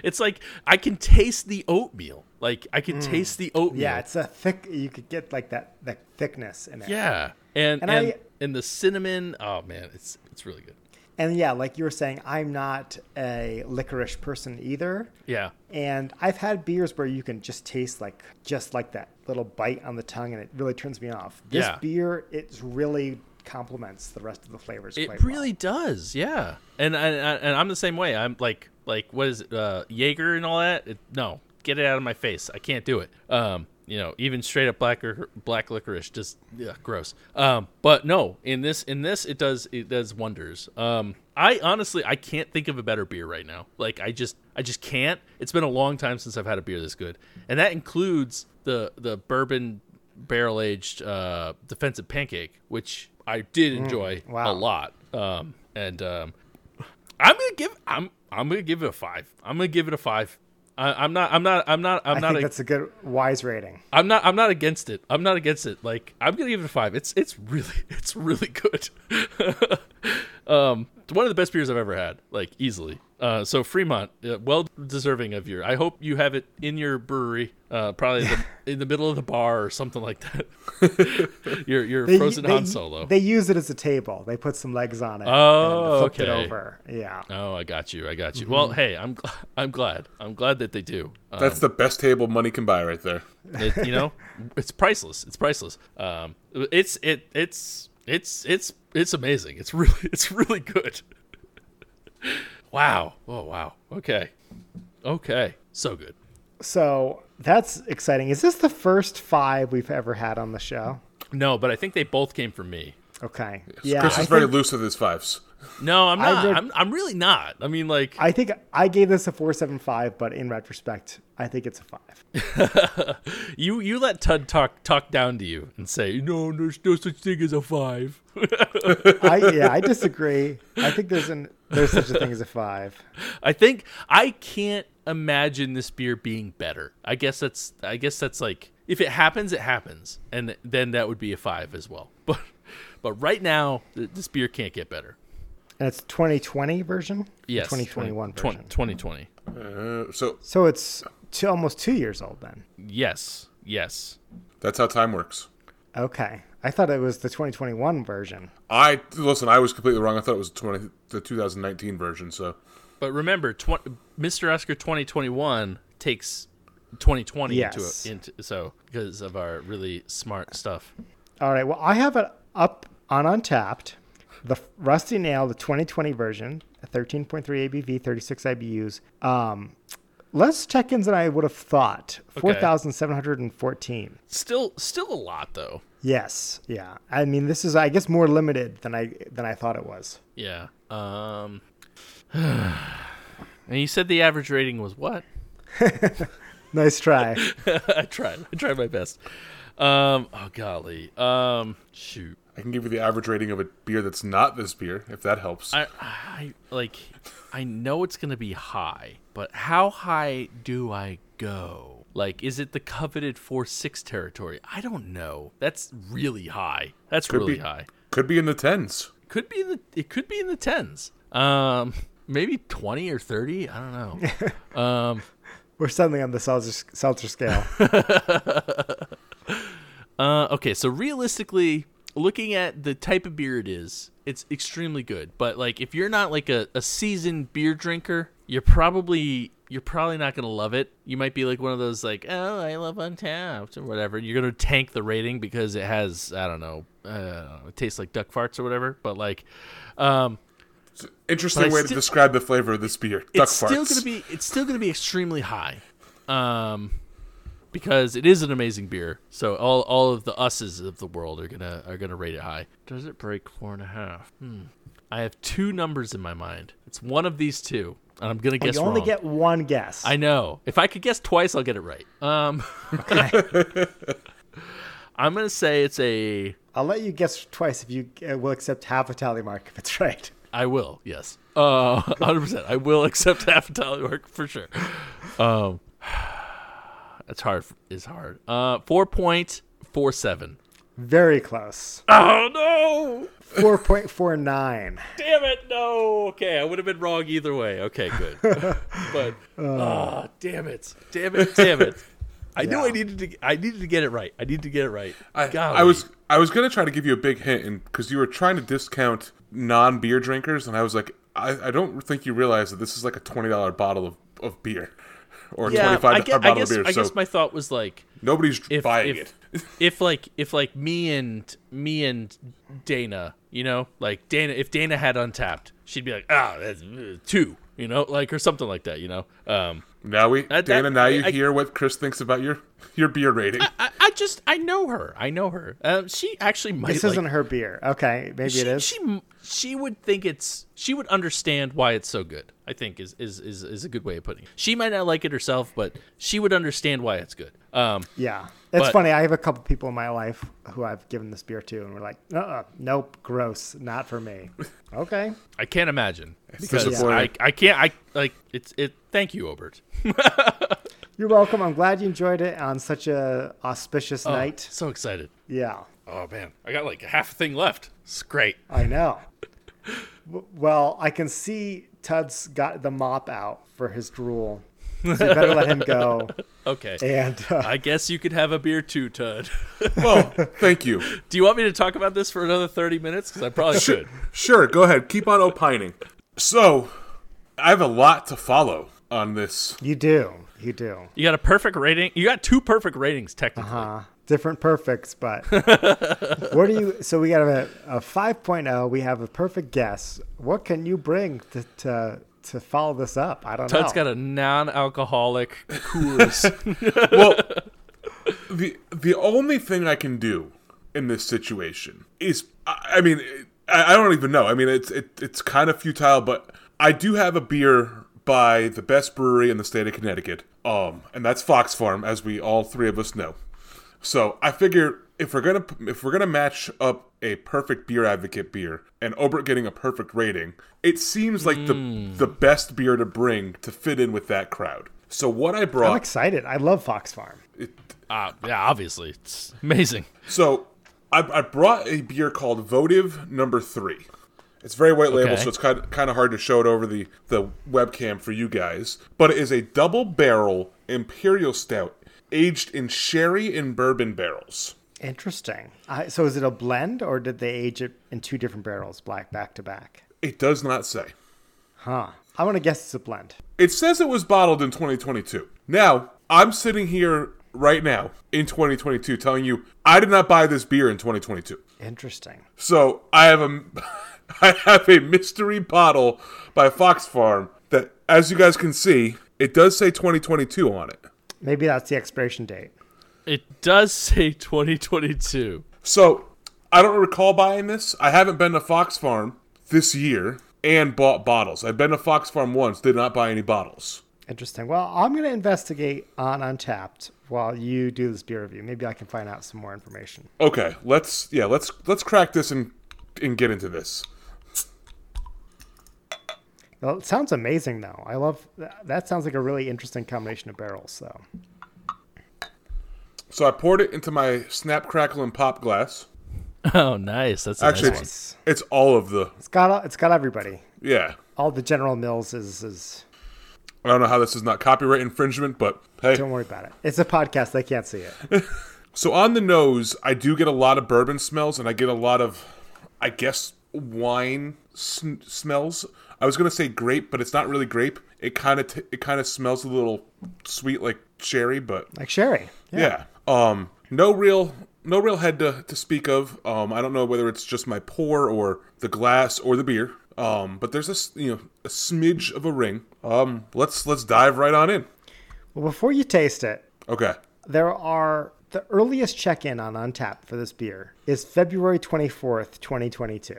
Speaker 1: It's like I can taste the oatmeal. Like I can taste the oatmeal.
Speaker 3: Yeah, it's a thick. You could get like that that thickness in it.
Speaker 1: yeah. And and
Speaker 3: And
Speaker 1: and,
Speaker 3: I-
Speaker 1: the cinnamon. Oh man, it's it's really good.
Speaker 3: And yeah, like you were saying, I'm not a licorice person either.
Speaker 1: Yeah.
Speaker 3: And I've had beers where you can just taste like just like that little bite on the tongue, and it really turns me off. This
Speaker 1: Yeah.
Speaker 3: beer, it's really complements the rest of the flavors.
Speaker 1: It
Speaker 3: quite well.
Speaker 1: really does, yeah. And and and I'm the same way. I'm like like what is it, uh, Jaeger and all that? It, no, get it out of my face. I can't do it. Um, you know, even straight up black or black licorice, just yeah, gross. Um, but no, in this in this it does it does wonders. Um, I honestly I can't think of a better beer right now. Like I just I just can't. It's been a long time since I've had a beer this good, and that includes the the bourbon barrel aged uh, defensive pancake, which I did enjoy a
Speaker 3: Mm, wow.
Speaker 1: lot. Um, and um, I'm gonna give I'm I'm gonna give it a five. I'm gonna give it a five. I, I'm not I'm not I'm not I'm
Speaker 3: I
Speaker 1: not
Speaker 3: think
Speaker 1: a,
Speaker 3: that's a good wise rating.
Speaker 1: I'm not I'm not against it. I'm not against it. Like I'm gonna give it a five. It's it's really it's really good. um, it's one of the best beers I've ever had, like easily. Uh, so Fremont, uh, well deserving of your. I hope you have it in your brewery, uh, probably the, in the middle of the bar or something like that. your your
Speaker 3: They-
Speaker 1: frozen
Speaker 3: they-
Speaker 1: Han Solo.
Speaker 3: They use it as a table. They put some legs on it.
Speaker 1: Oh,
Speaker 3: and flipped
Speaker 1: okay.
Speaker 3: it over. Yeah.
Speaker 1: oh, I got you. I got you. Well,
Speaker 3: Mm-hmm.
Speaker 1: hey, I'm gl- I'm glad. I'm glad that they do. Uh,
Speaker 2: That's the best table money can buy right there.
Speaker 1: it, you know it's priceless it's priceless um it's it it's it's it's it's amazing it's really it's really good wow oh wow okay okay so good
Speaker 3: So that's exciting. Is this the first five we've ever had on the show?
Speaker 1: no but i think they both came from me
Speaker 3: Okay. Yeah.
Speaker 2: Chris
Speaker 3: I
Speaker 2: is very
Speaker 3: think,
Speaker 2: loose with his fives.
Speaker 1: no i'm
Speaker 3: I
Speaker 1: not
Speaker 3: did-
Speaker 1: I'm, I'm really not i mean like
Speaker 3: I think I gave this a four seven five, but in retrospect, I think it's a five.
Speaker 1: you you let tud talk talk down to you and say no there's no such thing as a five
Speaker 3: I yeah, I disagree. I think there's an there's such a thing as a five.
Speaker 1: I think I can't imagine this beer being better. I guess that's I guess that's like if it happens, it happens, and then that would be a five as well. But but right now, th- this beer can't get better.
Speaker 3: And it's 2020 version.
Speaker 1: Yes,
Speaker 3: Twenty twenty one version.
Speaker 1: Twenty twenty.
Speaker 2: Uh, so
Speaker 3: So it's two, almost two years old then.
Speaker 1: Yes, yes.
Speaker 2: that's how time works.
Speaker 3: Okay. I thought it was the 2021 version.
Speaker 2: I listen. I was completely wrong. I thought it was 20, the 2019 version. So
Speaker 1: But remember, tw- Mr. Oscar twenty twenty one takes twenty twenty
Speaker 3: Yes.
Speaker 1: into, a, into so because of our really smart stuff.
Speaker 3: All right. Well, I have it up on Untapped. The Rusty Nail, the 2020 version, 13.3 ABV, 36 IBUs. Um, less check-ins than I would have thought. 4,714.
Speaker 1: Still, still a lot though.
Speaker 3: Yes. Yeah. I mean, this is, I guess, more limited than I than I thought it was.
Speaker 1: Yeah. Um And you said the average rating was what?
Speaker 3: Nice try.
Speaker 1: I tried. I tried my best. Um oh golly. Um shoot.
Speaker 2: I can give you the average rating of a beer that's not this beer, if that helps.
Speaker 1: I I like I know it's going to be high, but how high do I go? Like is it the coveted 4-6 territory? I don't know. That's really high. That's really
Speaker 2: be.
Speaker 1: high.
Speaker 2: Could be in the tens.
Speaker 1: Could be in the it could be in the 10s. Um maybe 20 or 30, I don't know.
Speaker 3: We're suddenly on the seltzer, seltzer scale.
Speaker 1: Uh, okay, so realistically, looking at the type of beer it is, it's extremely good. But like, if you're not like a, a seasoned beer drinker, you're probably you're probably not gonna love it. You might be like one of those like, oh, I love Untapped or whatever. You're gonna tank the rating because it has I don't know, uh, it tastes like duck farts or whatever. But like, um,
Speaker 2: Interesting
Speaker 1: But I
Speaker 2: way to
Speaker 1: still-
Speaker 2: describe the flavor of this beer. Duck
Speaker 1: it's
Speaker 2: farts.
Speaker 1: still gonna be it's still gonna be extremely high, um, because it is an amazing beer. So all all of the us's of the world are gonna are gonna rate it high. Does it break four and a half? Hmm. I have two numbers in my mind. It's one of these two, and I'm gonna guess
Speaker 3: you only
Speaker 1: wrong.
Speaker 3: get one guess.
Speaker 1: I know. If I could guess twice, I'll get it right. Um, I'm gonna say it's a.
Speaker 3: I'll let you guess twice if you uh, will accept half a tally mark if it's right.
Speaker 1: I will. Yes. Uh, 100. percent I will accept half a dollar work for sure. Um, that's hard. Is hard. Uh, four point four seven.
Speaker 3: Very close.
Speaker 1: Oh no!
Speaker 3: 4.49.
Speaker 1: Damn it! No. Okay, I would have been wrong either way. Okay, good. but oh, damn it! Damn it! Damn it! I knew I
Speaker 3: Yeah.
Speaker 1: needed to. I needed to get it right. I needed to get it right.
Speaker 2: I, I
Speaker 1: Golly.
Speaker 2: was I was gonna try to give you a big hint, and because you were trying to discount non beer drinkers, and I was like, I, I don't think you realize that this is like a twenty dollar bottle of, of beer, or a twenty
Speaker 1: I
Speaker 2: five
Speaker 1: guess,
Speaker 2: dollar
Speaker 1: I
Speaker 2: bottle
Speaker 1: guess,
Speaker 2: of beer.
Speaker 1: I
Speaker 2: so
Speaker 1: guess my thought was like
Speaker 2: nobody's
Speaker 1: if
Speaker 2: buying
Speaker 1: if,
Speaker 2: it.
Speaker 1: if like if like me and me and Dana, you know, like Dana, if Dana had untapped, she'd be like, ah, that's uh, two, you know, like or something like that, you know. Um,
Speaker 2: Now we
Speaker 1: that-
Speaker 2: Dana, now you
Speaker 1: I-
Speaker 2: hear what Chris thinks about your your beer rating.
Speaker 1: I, I just I know her, I know her. Um, she actually might.
Speaker 3: This
Speaker 1: like-
Speaker 3: isn't her beer. Okay, maybe
Speaker 1: she,
Speaker 3: it is.
Speaker 1: She m- she would think it's she would understand why it's so good. I think is is is, is a good way of putting it. She might not like it herself, but she would understand why it's good. Um,
Speaker 3: yeah. It's
Speaker 1: but-
Speaker 3: funny. I have a couple people in my life who I've given this beer to, and we're like, uh-uh, nope, gross, not for me. Okay.
Speaker 1: I can't imagine because
Speaker 2: disappointing.
Speaker 1: I, I can't I like it's it. Thank you, Obert.
Speaker 3: You're welcome. I'm glad you enjoyed it on such a auspicious
Speaker 1: Oh.
Speaker 3: night.
Speaker 1: So excited.
Speaker 3: Yeah,
Speaker 1: Oh man, I got like half a thing left. It's great.
Speaker 3: I know. W- well, I can see Tud's got the mop out for his drool, so you better let him go.
Speaker 1: Okay.
Speaker 3: And uh,
Speaker 1: I guess you could have a beer too, Tud.
Speaker 2: well, thank you.
Speaker 1: Do you want me to talk about this for another 30 minutes? Because I probably should.
Speaker 2: Sure, go ahead. Keep on opining. So, I have a lot to follow on this.
Speaker 3: you do, you do.
Speaker 1: You got a perfect rating. You got two perfect ratings, technically.
Speaker 3: Uh, different perfects, but what do you? So we got a, a 5.0. We have a perfect guess. What can you bring to to, to follow this up? I don't
Speaker 1: Tud's
Speaker 3: know.
Speaker 1: got a non alcoholic Coors.
Speaker 2: Well, the the only thing I can do in this situation is, I, I mean, I, I don't even know. I mean, it's it, it's kind of futile, but I do have a beer by the best brewery in the state of Connecticut, um, and that's Fox Farm, as we all three of us know. So I figure if we're gonna if we're gonna match up a perfect beer advocate beer and Obert getting a perfect rating, it seems like the the best beer to bring to fit in with that crowd. So what I
Speaker 3: I'm
Speaker 2: brought
Speaker 3: excited. I love Fox Farm.
Speaker 1: uh, yeah, obviously. It's amazing.
Speaker 2: So I, I brought a beer called Votive Number Three. It's very white label,
Speaker 1: Okay.
Speaker 2: so it's kind of, kind of hard to show it over the, the webcam for you guys. But it is a double barrel imperial stout aged in sherry and bourbon barrels.
Speaker 3: Interesting. I, so is it a blend, or did they age it in two different barrels, black back to back?
Speaker 2: It does not say.
Speaker 3: Huh. I want to guess it's a blend.
Speaker 2: It says it was bottled in 2022. Now, I'm sitting here right now in 2022 telling you I did not buy this beer in 2022.
Speaker 3: Interesting.
Speaker 2: So I have a, I have a mystery bottle by Fox Farm that, as you guys can see, it does say 2022 on it.
Speaker 3: Maybe that's the expiration date.
Speaker 1: It does say 2022.
Speaker 2: So I don't recall buying this. I haven't been to Fox Farm this year and bought bottles. I've been to Fox Farm once, did not buy any bottles.
Speaker 3: Interesting. Well, I'm going to investigate on Untapped while you do this beer review. Maybe I can find out some more information.
Speaker 2: Okay, let's yeah, let's let's crack this and and get into this.
Speaker 3: Well, it sounds amazing, though. I love that. Sounds like a really interesting combination of barrels. So,
Speaker 2: So I poured it into my snap crackle and pop glass.
Speaker 1: Oh, nice. That's a
Speaker 2: Actually,
Speaker 1: nice one.
Speaker 2: it's, it's all of the
Speaker 3: it's got it's got everybody.
Speaker 2: yeah.
Speaker 3: All the General Mills is is.
Speaker 2: I don't know how this is not copyright infringement, but hey,
Speaker 3: Don't worry about it. It's a podcast. They can't see it.
Speaker 2: So on the nose, I do get a lot of bourbon smells, and I get a lot of, I guess, wine sm- smells. I was gonna say grape, but it's not really grape. It kind of t- it kind of smells a little sweet like cherry, but
Speaker 3: like sherry. Yeah.
Speaker 2: yeah. Um, no real no real head to, to speak of. Um, I don't know whether it's just my pour or the glass or the beer. Um, but there's this you know a smidge of a ring. Um, let's let's dive right on in.
Speaker 3: Well, before you taste it,
Speaker 2: Okay.
Speaker 3: there are the earliest check-in on Untap for this beer is February 24th, 2022.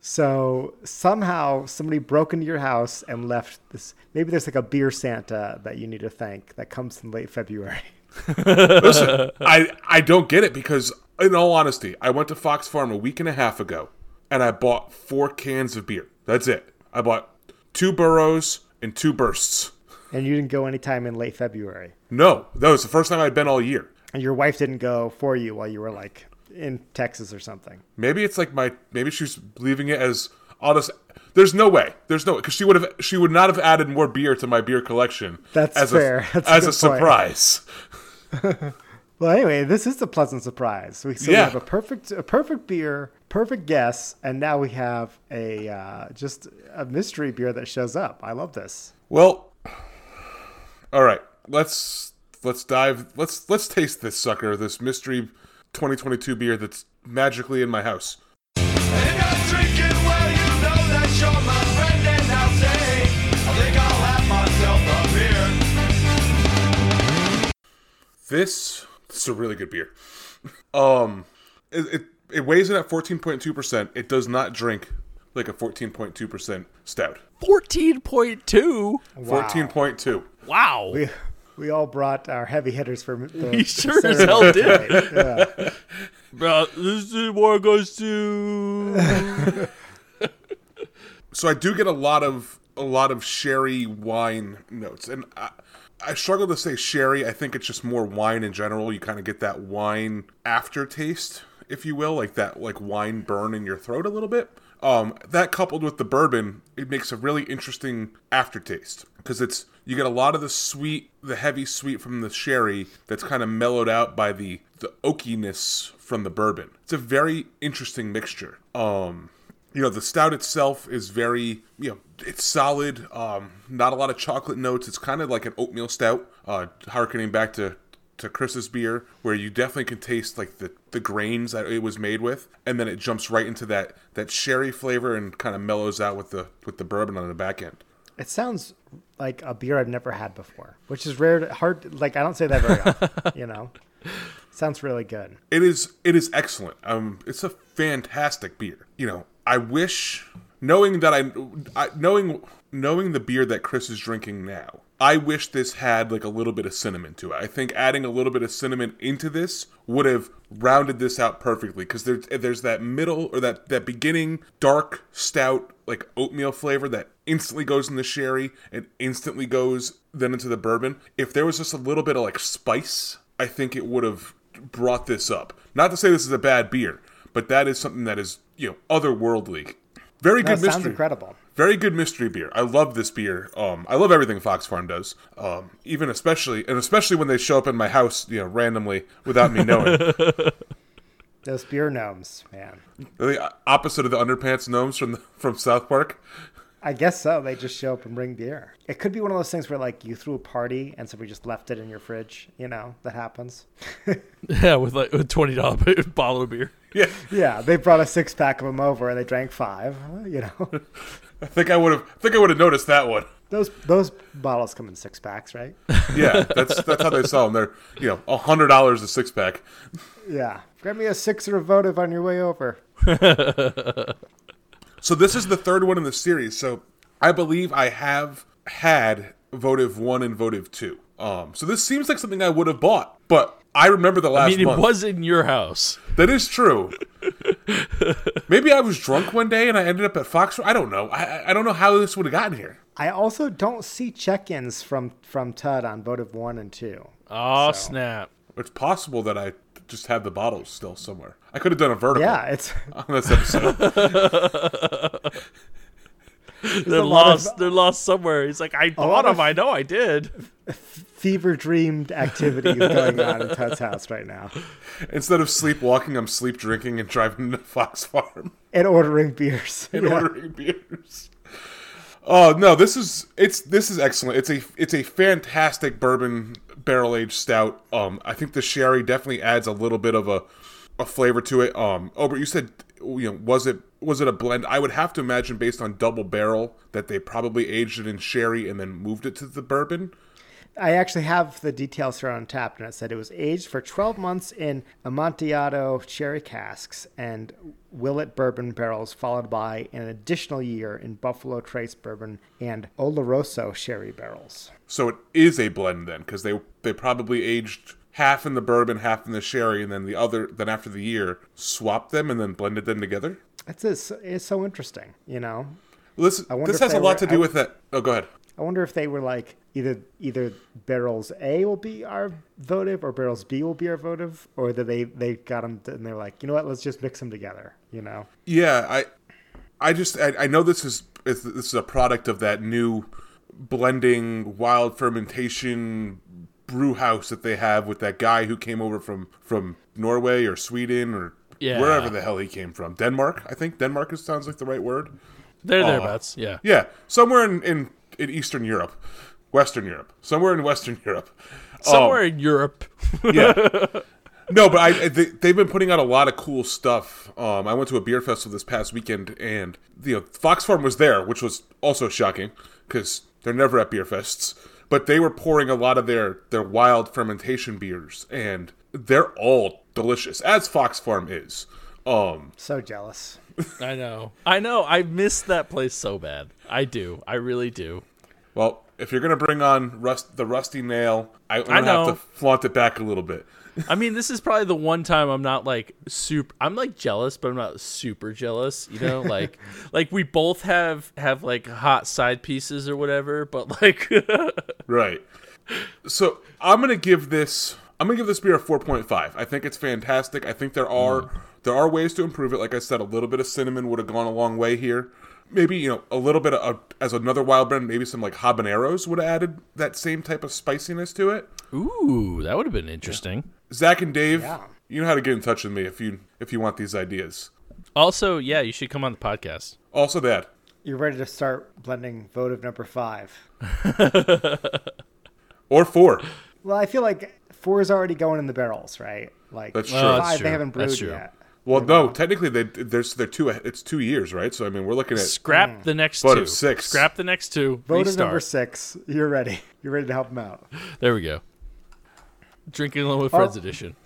Speaker 3: So somehow somebody broke into your house and left this. Maybe there's like a beer Santa that you need to thank that comes in late February.
Speaker 2: Listen, I I don't get it because in all honesty, I went to Fox Farm a week and a half ago and I bought four cans of beer. That's it. I bought two burros and two bursts.
Speaker 3: And you didn't go anytime in late February.
Speaker 2: No, that was the first time I'd been all year.
Speaker 3: And your wife didn't go for you while you were like in Texas or something.
Speaker 2: Maybe it's like my maybe she's leaving it as all this. There's no way. There's no because she would have she would not have added more beer to my beer collection.
Speaker 3: That's
Speaker 2: as
Speaker 3: fair.
Speaker 2: A,
Speaker 3: That's a
Speaker 2: as a,
Speaker 3: good point.
Speaker 2: surprise.
Speaker 3: Well, anyway, this is a pleasant surprise. So we, so
Speaker 2: Yeah.
Speaker 3: we have a perfect, a perfect beer, perfect guess, and now we have a uh, just a mystery beer that shows up. I love this.
Speaker 2: Well, all right. Let's let's dive. Let's let's taste this sucker. This mystery 2022 beer that's magically in my house.
Speaker 6: think I'm drinking well, you know that you're my friend, and I'll say, I think I'll have myself a beer.
Speaker 2: This this is a really good beer. Um, it it, it weighs in at 14.2 percent. It does not drink like a 14.2 percent stout.
Speaker 1: Fourteen point two.
Speaker 2: 14.2.
Speaker 1: Wow.
Speaker 3: We, we all brought our heavy hitters for the,
Speaker 1: He sure as
Speaker 3: ceremony.
Speaker 1: hell did. Bro, this is war goes to.
Speaker 2: so I do get a lot of a lot of sherry wine notes, and I, I struggle to say sherry. I think it's just more wine in general. You kind of get that wine aftertaste, if you will, like that like wine burn in your throat a little bit. Um, that coupled with the bourbon, it makes a really interesting aftertaste because it's you get a lot of the sweet, the heavy sweet from the sherry that's kind of mellowed out by the the oakiness from the bourbon. It's a very interesting mixture. Um, you know the stout itself is very you know it's solid um not a lot of chocolate notes it's kind of like an oatmeal stout uh harkening back to to chris's beer where you definitely can taste like the the grains that it was made with and then it jumps right into that that sherry flavor and kind of mellows out with the with the bourbon on the back end
Speaker 3: It sounds like a beer I've never had before, which is rare. To, hard, like I don't say that very often. you know, sounds really good.
Speaker 2: it is it is excellent um it's a fantastic beer you know i wish knowing that i, I knowing knowing the beer that chris is drinking now i wish this had like a little bit of cinnamon to it i think adding a little bit of cinnamon into this would have rounded this out perfectly because there's there's that middle or that that beginning dark stout like oatmeal flavor that instantly goes in the sherry and instantly goes then into the bourbon if there was just a little bit of like spice i think it would have brought this up. Not to say this is a bad beer, but that is something that is, you know, otherworldly. Very
Speaker 3: That
Speaker 2: good
Speaker 3: sounds
Speaker 2: mystery.
Speaker 3: incredible.
Speaker 2: Very good mystery beer. I love this beer. Um, I love everything Fox Farm does. Um, even especially and especially when they show up in my house, you know, randomly without me knowing.
Speaker 3: Those beer gnomes, man.
Speaker 2: They're the opposite of the underpants gnomes from the, from South Park.
Speaker 3: I guess so. They just show up and bring beer. It could be one of those things where like you threw a party and somebody just left it in your fridge. You know that happens.
Speaker 1: yeah, with like a twenty dollar bottle of beer.
Speaker 2: Yeah,
Speaker 3: yeah, they brought a six pack of them over and they drank five. You know,
Speaker 2: I think I would have. I think I would have noticed that one.
Speaker 3: those those bottles come in six packs, right?
Speaker 2: Yeah, that's that's how they sell them. They're you know a hundred dollars a six pack.
Speaker 3: Yeah, grab me a sixer of votive on your way over.
Speaker 2: So this is the third one in the series. So I believe I have had votive one and votive two. Um, so this seems like something I would have bought, but I remember the last
Speaker 1: I mean, it
Speaker 2: month.
Speaker 1: was in your house.
Speaker 2: that is true. Maybe I was drunk one day and I ended up at Fox. I don't know. I, I- I don't know how this would have gotten here.
Speaker 3: I also don't see check-ins from from Tud on votive one and two.
Speaker 1: Oh snap!
Speaker 2: It's possible that I just have the bottles still somewhere. I could have done a vertical
Speaker 3: Yeah, it's
Speaker 2: on this episode.
Speaker 1: They're
Speaker 3: a lot of-
Speaker 1: lost. They're lost somewhere. He's like, I bought
Speaker 3: of-
Speaker 1: them. I know I did.
Speaker 3: fever dreamed activity going on in Tud's house right now,
Speaker 2: Instead of sleepwalking, I'm sleep drinking and driving to Fox Farm.
Speaker 3: and ordering beers.
Speaker 2: and
Speaker 3: Yeah.
Speaker 2: ordering beers. Oh no, this is it's this is excellent. It's a it's a fantastic bourbon barrel aged stout. Um, I think the sherry definitely adds a little bit of a a flavor to it. Um, Obert, you said you know was it was it a blend? I would have to imagine based on double barrel that they probably aged it in sherry and then moved it to the bourbon.
Speaker 3: I actually have the details here on tap, and it said it was aged for 12 months in Amontillado sherry casks and Willet bourbon barrels, followed by an additional year in Buffalo Trace bourbon and Oloroso sherry barrels.
Speaker 2: So it is a blend then, because they they probably aged half in the bourbon, half in the sherry, and then the other. Then after the year, swapped them and then blended them together.
Speaker 3: That's is it's so interesting, you know.
Speaker 2: Well, this
Speaker 3: wonder
Speaker 2: this
Speaker 3: if
Speaker 2: has
Speaker 3: they
Speaker 2: a lot to
Speaker 3: were-
Speaker 2: do
Speaker 3: I-
Speaker 2: with that. Oh, go ahead.
Speaker 3: I wonder if they were like either either barrels A will be our votive or barrels B will be our votive, or that they they got them and they're like, you know what, let's just mix them together, you know.
Speaker 2: Yeah, I, I just I, I know this is is- this is a product of that new blending wild fermentation brew house that they have with that guy who came over from from Norway or Sweden or
Speaker 1: Yeah.
Speaker 2: wherever the hell he came from. Denmark, I think Denmark is, sounds like the right word.
Speaker 1: They're thereabouts. Yeah.
Speaker 2: Yeah, somewhere in in, in Eastern Europe, Western Europe, somewhere in Western Europe. Um,
Speaker 3: Oh.
Speaker 1: Somewhere in Europe.
Speaker 2: No, but I, I- they, they've been putting out a lot of cool stuff. Um, I went to a beer festival this past weekend, and you know, Fox Farm was there, which was also shocking because they're never at beer fests. But they were pouring a lot of their their wild fermentation beers, and they're all delicious, as Fox Farm is. Um,
Speaker 3: So jealous.
Speaker 1: I know. I know. I miss that place so bad. I do. I really do.
Speaker 2: well, if you're gonna bring on rust the rusty nail, I, I'm gonna
Speaker 1: know.
Speaker 2: have to flaunt it back a little bit.
Speaker 1: I mean, this is probably the one time I'm not like super. I'm like jealous, but I'm not super jealous. You know, like like we both have have like hot side pieces or whatever. But like,
Speaker 2: Right. So I'm gonna give this. I'm gonna give this beer a 4.5. I think it's fantastic. I think there are there are ways to improve it. Like I said, a little bit of cinnamon would have gone a long way here. Maybe you know a little bit of uh, as another wild blend. Maybe some like habaneros would have added that same type of spiciness to it.
Speaker 1: ooh, that would have been interesting.
Speaker 2: Zach and Dave,
Speaker 3: Yeah.
Speaker 2: you know how to get in touch with me if you if you want these ideas.
Speaker 1: Also, yeah, you should come on the podcast.
Speaker 2: Also that.
Speaker 3: You're ready to start blending votive number five.
Speaker 2: Or four.
Speaker 3: Well, I feel like four is already going in the barrels, right? Like
Speaker 2: That's
Speaker 3: five,
Speaker 2: true. Oh,
Speaker 1: that's true.
Speaker 3: they haven't brewed
Speaker 1: That's true.
Speaker 3: yet.
Speaker 2: Well, no, technically they there's they're two. It's two years, right? So I mean, we're looking at
Speaker 1: Scrap the next
Speaker 2: Vote
Speaker 1: two.
Speaker 2: of six.
Speaker 1: Scrap the next two.
Speaker 3: Votive Mm. number
Speaker 1: Restart.
Speaker 3: six. You're ready. You're ready to help them out.
Speaker 1: There we go. Drinking alone with friends
Speaker 3: Oh.
Speaker 1: edition.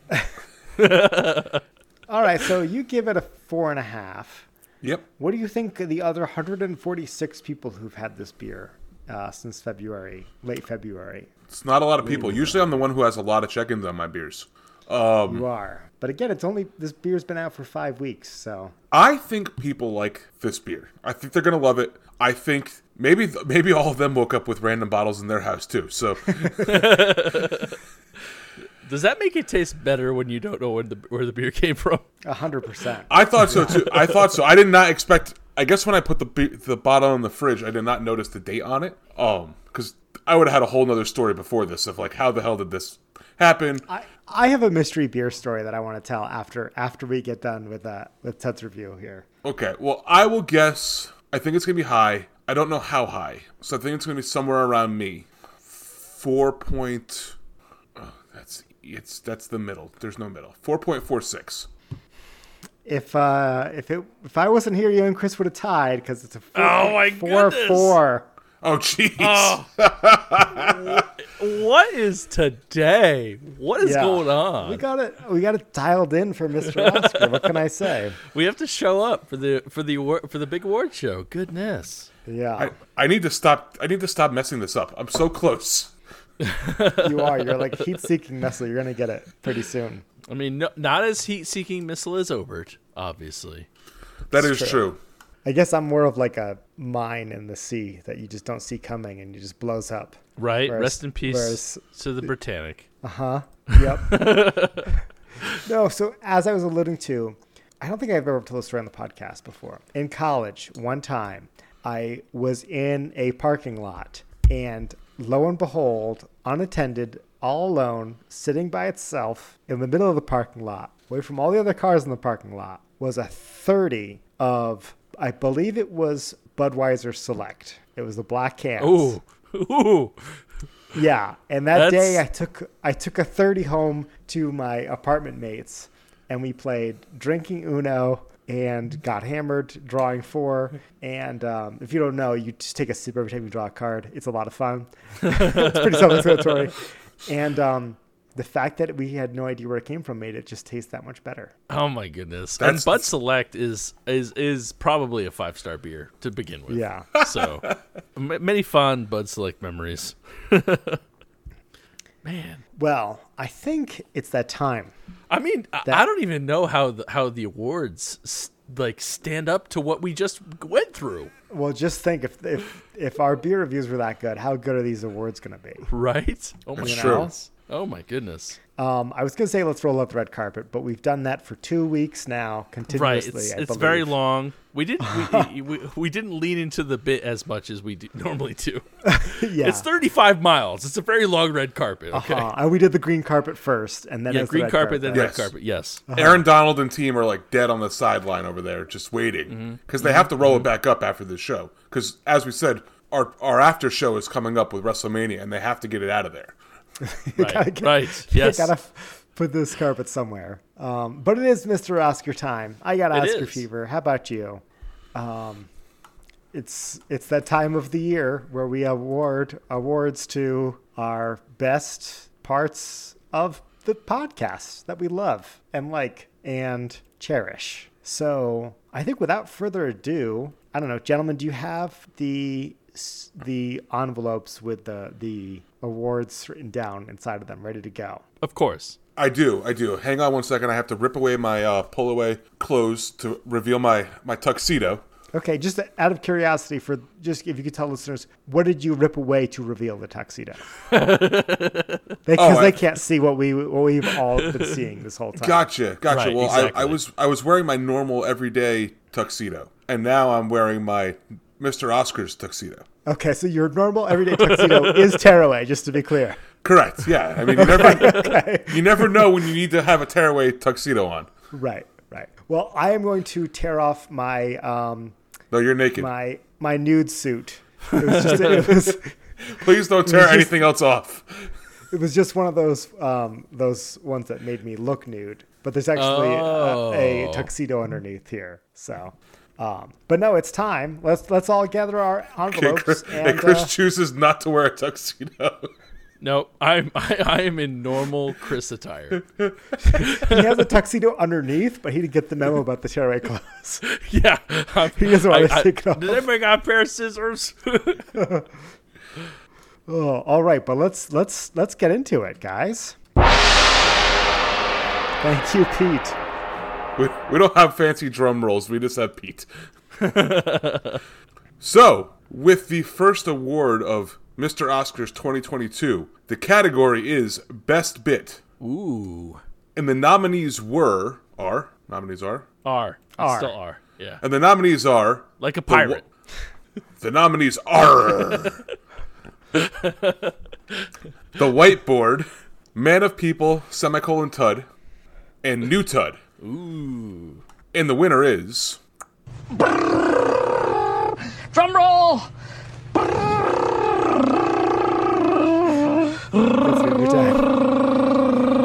Speaker 3: All right, so you give it a four and a half.
Speaker 2: yep.
Speaker 3: What do you think of the other 146 people who've had this beer uh, since February, late February?
Speaker 2: It's not a lot of people. Usually, I'm the one who has a lot of check-ins on my beers.
Speaker 3: You are. But again, it's only this beer's been out for five weeks, so
Speaker 2: I think people like this beer. I think they're gonna love it. I think maybe maybe all of them woke up with random bottles in their house too. So
Speaker 1: Does that make it taste better when you don't know when the, where the beer came from?
Speaker 3: hundred percent.
Speaker 2: I thought so too. I thought so. I did not expect. I guess when I put the be- the bottle in the fridge, I did not notice the date on it. Um, because I would have had a whole nother story before this of like how the hell did this happen?
Speaker 3: I, I have a mystery beer story that I want to tell after after we get done with uh, with Ted's review here.
Speaker 2: Okay, well, I will guess. I think it's gonna be high. I don't know how high, so I think it's gonna be somewhere around me. Four point. Oh, that's it's that's the middle. There's no middle. Four point four six.
Speaker 3: If uh, if it if I wasn't here, you and Chris would have tied because it's a four
Speaker 1: Oh, my
Speaker 3: four
Speaker 1: goodness.
Speaker 3: four.
Speaker 2: Oh, jeez.
Speaker 1: What is today? What is
Speaker 3: Yeah.
Speaker 1: going on?
Speaker 3: We got it. We got it dialed in for Mr. Oscar. what can I say?
Speaker 1: We have to show up for the for the award, for the big award show. Goodness.
Speaker 3: Yeah,
Speaker 2: I need to stop. I need to stop messing this up. I'm so close.
Speaker 3: you are. You're like heat-seeking missile. You're gonna get it pretty soon.
Speaker 1: I mean, no, not as heat-seeking missile as Obert, obviously.
Speaker 2: That is true.
Speaker 3: I guess I'm more of like a mine in the sea that you just don't see coming and it just blows up.
Speaker 1: Right.
Speaker 3: Whereas-
Speaker 1: Rest in peace
Speaker 3: whereas-
Speaker 1: to the Britannic.
Speaker 3: Yep. no, so as I was alluding to, I don't think I've ever told this story on the podcast before. In college, one time, I was in a parking lot, and lo and behold, unattended, all alone, sitting by itself in the middle of the parking lot, away from all the other cars in the parking lot, was a 30 of, I believe it was Budweiser Select. It was the black cans.
Speaker 1: Ooh. Ooh.
Speaker 3: Yeah, and that
Speaker 1: That's-
Speaker 3: day I took I took a thirty home to my apartment mates, and we played drinking Uno and got hammered, drawing four. And um, if you don't know, you just take a sip every time you draw a card. It's a lot of fun. it's pretty self-explanatory. And um, the fact that we had no idea where it came from made it just taste that much better.
Speaker 1: Oh my goodness.
Speaker 2: That's-
Speaker 1: and Bud Select is is is probably a five star beer to begin with.
Speaker 3: Yeah.
Speaker 1: So m- many fond Bud Select memories. Man,
Speaker 3: Well, I think it's that time.
Speaker 1: I mean, I- I don't even know how the, how the awards s- like stand up to what we just went through,
Speaker 3: Well, just think if if if our beer reviews were that good, how good are these awards going to be?
Speaker 1: right? Oh my
Speaker 2: That's
Speaker 1: goodness.
Speaker 2: true.
Speaker 1: Oh my goodness.
Speaker 3: Um, I was going to say let's roll out the red carpet, but we've done that for two weeks now
Speaker 1: Right.
Speaker 3: continuously.
Speaker 1: It's,
Speaker 3: I
Speaker 1: it's
Speaker 3: believe.
Speaker 1: very long. We didn't we, we, we didn't lean into the bit as much as we do, normally do.
Speaker 3: Yeah.
Speaker 1: It's 35 miles. It's a very long red carpet, okay?
Speaker 3: Uh, and we did the green carpet first, and then
Speaker 1: Yeah,
Speaker 3: it's the
Speaker 1: green
Speaker 3: red
Speaker 1: carpet, then
Speaker 2: Yeah.
Speaker 1: red
Speaker 2: Yes.
Speaker 1: carpet. Yes.
Speaker 2: Aaron Donald and team are like dead on the sideline over there, just waiting because they have to roll it back up after this show. Because as we said, our our after show is coming up with WrestleMania, and they have to get it out of there.
Speaker 1: Right. right. Yes.
Speaker 3: gotta f- put this carpet somewhere. Um, but it is Mr. Oscar time. I got
Speaker 1: It
Speaker 3: Oscar
Speaker 1: is.
Speaker 3: fever. How about you? Um, it's it's that time of the year where we award awards to our best parts of the podcast that we love and like and cherish. So I think without further ado, I don't know, gentlemen, do you have the s- the envelopes with the the awards written down inside of them, ready to go?
Speaker 1: Of course.
Speaker 2: I do, I do. Hang on one second. I have to rip away my uh, pull away clothes to reveal my my tuxedo.
Speaker 3: Okay, just out of curiosity, for just if you could tell listeners, what did you rip away to reveal the tuxedo? Because
Speaker 2: Oh, I-
Speaker 3: they can't see what we what we've all been seeing this whole time.
Speaker 2: Gotcha, gotcha.
Speaker 1: Right,
Speaker 2: well, I, I
Speaker 1: exactly.
Speaker 2: was I was wearing my normal everyday tuxedo, and now I'm wearing my Mr. Oscars tuxedo.
Speaker 3: Okay, so your normal everyday tuxedo is tearaway, just to be clear.
Speaker 2: Correct. Yeah. I mean, you never you never know when you need to have a tearaway tuxedo on.
Speaker 3: Right, right. Well, I am going to tear off my um
Speaker 2: No, you're naked.
Speaker 3: my my nude suit. It was just it was
Speaker 2: Please don't tear
Speaker 3: just-
Speaker 2: anything else off.
Speaker 3: it was just one of those um those ones that made me look nude. But there's actually a,
Speaker 1: Oh.
Speaker 3: a tuxedo underneath here, so. Um, but no, it's time. Let's let's all gather our
Speaker 2: Okay,
Speaker 3: envelopes
Speaker 2: Chris,
Speaker 3: and
Speaker 2: and Chris
Speaker 3: uh,
Speaker 2: chooses not to wear a tuxedo.
Speaker 1: No, I'm I, I am in normal Chris attire.
Speaker 3: he has a tuxedo underneath, but he didn't get the memo about the tearaway clothes.
Speaker 1: Yeah. I'm,
Speaker 3: He doesn't want to
Speaker 1: I- I-
Speaker 3: take it off.
Speaker 1: Does anybody got a pair of scissors?
Speaker 3: Oh, all right, but let's let's let's get into it, guys. Thank you, Pete.
Speaker 2: we, we don't have fancy drum rolls. We just have Pete. so, with the first award of Mr. Oscars 2022, the category is Best Bit,
Speaker 1: Ooh.
Speaker 2: and the nominees were are nominees are,
Speaker 1: R.
Speaker 3: R.
Speaker 1: Still R. Yeah.
Speaker 2: and the nominees are
Speaker 1: Like a
Speaker 2: the wa-
Speaker 1: pirate.
Speaker 2: The nominees are The Whiteboard, Man of People, Semicolon Tud, and New Tud. Ooh. And the winner is
Speaker 7: Drum roll!
Speaker 3: That's me every time.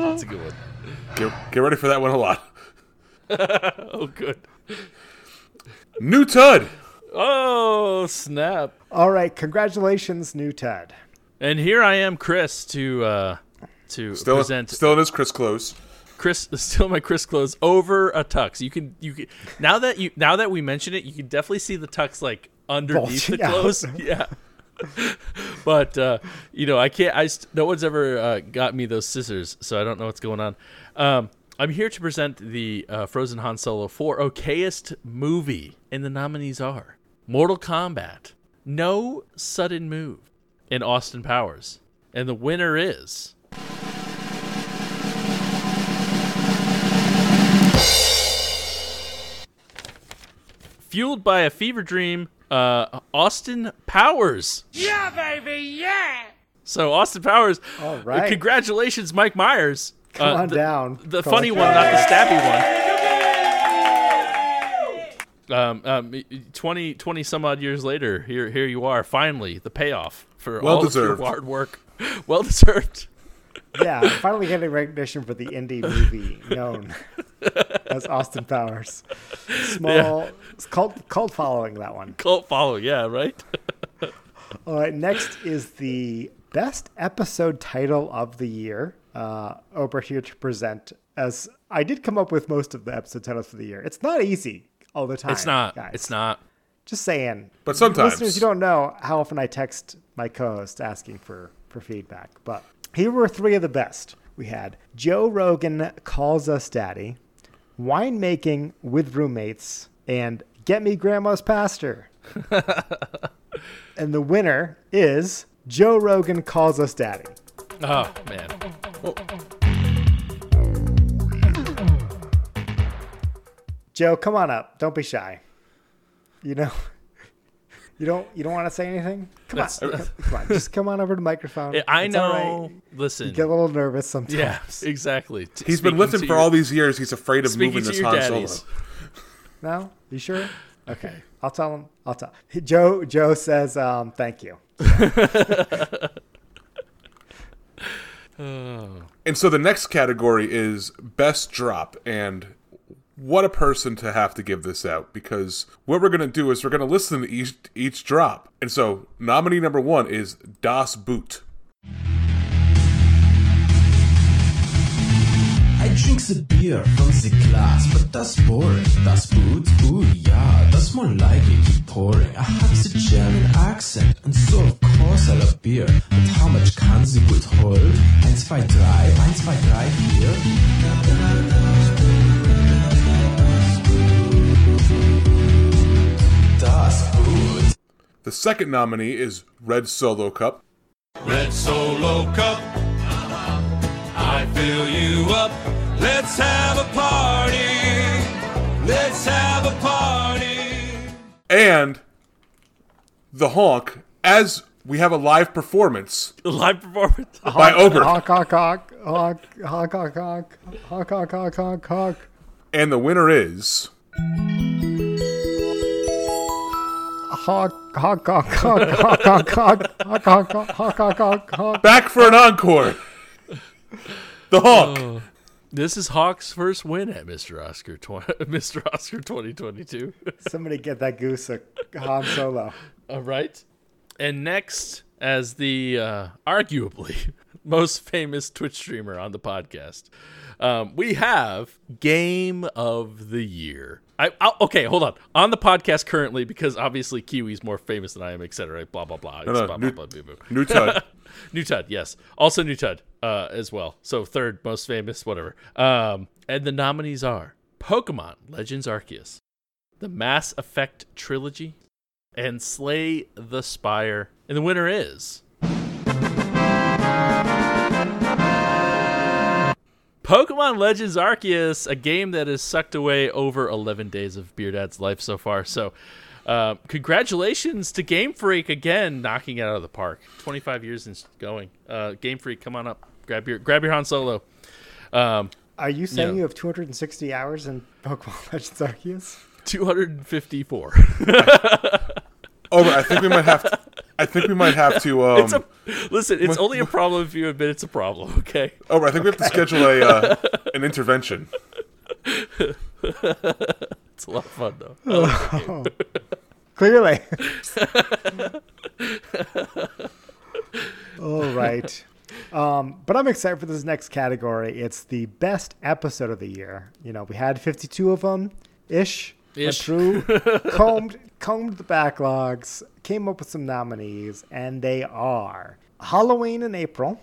Speaker 1: That's a good one.
Speaker 2: get, get ready for that one a lot.
Speaker 1: Oh good.
Speaker 2: New Tud.
Speaker 1: Oh, snap.
Speaker 3: All right, congratulations, new Ted.
Speaker 1: And here I am, Chris, to uh to
Speaker 2: Still,
Speaker 1: present
Speaker 2: still in his Chris clothes.
Speaker 1: Chris still in my Chris clothes over a tux. You can you can, now that you now that we mention it, you can definitely see the tux like underneath
Speaker 3: Bulging
Speaker 1: the
Speaker 3: out.
Speaker 1: clothes. Yeah. but uh, you know, I can't. I st- no one's ever uh, got me those scissors, so I don't know what's going on. Um, I'm here to present the uh, Frozen Han Solo for okayest movie, and the nominees are Mortal Kombat, No Sudden Move, and Austin Powers, and the winner is. fueled by a fever dream, uh, Austin Powers. Yeah, baby, yeah. So Austin Powers. uh,
Speaker 3: All right.
Speaker 1: Congratulations, Mike Myers.
Speaker 3: Come
Speaker 1: Uh,
Speaker 3: on
Speaker 1: the,
Speaker 3: down.
Speaker 1: The
Speaker 3: Go
Speaker 1: funny
Speaker 3: on
Speaker 1: one, not the stabby one. um, um, 20, 20 some odd years later, here here you are. Finally, the payoff for
Speaker 2: Well
Speaker 1: all of
Speaker 2: deserved.
Speaker 1: your hard work. Well deserved.
Speaker 3: Yeah, finally getting recognition for the indie movie known as Austin Powers. Small it's cult cult following that one.
Speaker 1: Cult follow. Yeah, right.
Speaker 3: All right, next is the best episode title of the year. Uh, over here to present as I did come up with most of the episode titles for the year. It's not easy all the time.
Speaker 1: It's not.
Speaker 3: guys.
Speaker 1: It's not.
Speaker 3: Just saying.
Speaker 2: But sometimes.
Speaker 3: Listeners, you don't know how often I text my co-host asking for for feedback. But here were three of the best. We had Joe Rogan calls us daddy, winemaking with roommates, and get me grandma's pastor. and the winner is Joe Rogan calls us daddy.
Speaker 1: Oh man.
Speaker 3: Joe, come on up. Don't be shy. You know. You don't you don't want to say anything? Come on. Come on. Just come on over to the microphone.
Speaker 1: I
Speaker 3: It's all
Speaker 1: know.
Speaker 3: right.
Speaker 1: Listen.
Speaker 3: get a little nervous sometimes.
Speaker 1: yeah, exactly. T-
Speaker 2: He's been
Speaker 1: speaking
Speaker 2: listening
Speaker 1: to
Speaker 2: for
Speaker 1: your-
Speaker 2: all these years. He's afraid of
Speaker 1: Speaking
Speaker 2: moving
Speaker 1: to
Speaker 2: this
Speaker 1: your
Speaker 2: Han
Speaker 1: daddies.
Speaker 2: Solo.
Speaker 3: No, you sure? Okay, I'll tell him. I'll tell Joe. Joe says, um, "Thank you."
Speaker 2: And so the next category is best drop and what a person to have to give this out because what we're going to do is we're going to listen to each each drop. And so nominee number 1 is Das Boot.
Speaker 7: I drinks a beer from the glass, but that's boring. That's boot, ooh yeah, that's more like it, keep pouring. I have the German accent, and so of course I love beer. But how much can the boot hold? 1, 2, 3, 1, 2, 3, beer? Das Boot.
Speaker 2: The second nominee is Red Solo Cup.
Speaker 6: Red Solo Cup. I fill you up. Let's have a party. Let's have a party.
Speaker 2: and the honk as we have a live performance
Speaker 1: live performance.
Speaker 2: by Ober.
Speaker 3: Honk, honk, honk, honk, honk, honk, honk, honk, honk, honk, honk, honk.
Speaker 2: And the winner is
Speaker 3: Honk, honk, honk, honk, honk, honk, honk, honk, honk, honk, honk, honk, honk, honk.
Speaker 2: back for an encore. The honk.
Speaker 1: Oh. This is Hawk's first win at Mr. Oscar tw- Mr. Oscar 2022.
Speaker 3: Somebody get that goose a Han Solo.
Speaker 1: All right. And next, as the uh, arguably most famous Twitch streamer on the podcast, um, we have Game of the Year. I, I'll, okay, hold on. On the podcast currently, because obviously Kiwi's more famous than I am, etc. Blah blah blah.
Speaker 2: no,
Speaker 1: blah,
Speaker 2: new-
Speaker 1: blah, blah, blah, blah.
Speaker 2: New Tud.
Speaker 1: New Tud, yes. Also New Tud uh, as well. So third most famous, whatever. Um, and the nominees are Pokemon Legends Arceus, the Mass Effect Trilogy, and Slay the Spire. And the winner is Pokemon Legends Arceus, a game that has sucked away over 11 days of Beer Dad's life so far. So, uh, congratulations to Game Freak again, knocking it out of the park. 25 years and going. Uh, Game Freak, come on up. Grab your grab your Han Solo. Um,
Speaker 3: Are you saying
Speaker 1: Yeah.
Speaker 3: you have 260 hours in Pokemon Legends Arceus?
Speaker 1: 254.
Speaker 2: Ober, Oh, I think we might have to. I think we might have to. Um,
Speaker 1: it's a, listen, it's only a problem if you admit it's a problem, okay?
Speaker 2: Ober, oh, I think we have to schedule a uh, an intervention.
Speaker 1: It's a lot of fun, though.
Speaker 3: Clearly. All right. Um, but I'm excited for this next category. It's the best episode of the year. You know, we had 52 of them ish.
Speaker 1: Ish.
Speaker 3: True. combed, combed the backlogs, came up with some nominees, and they are Halloween in April,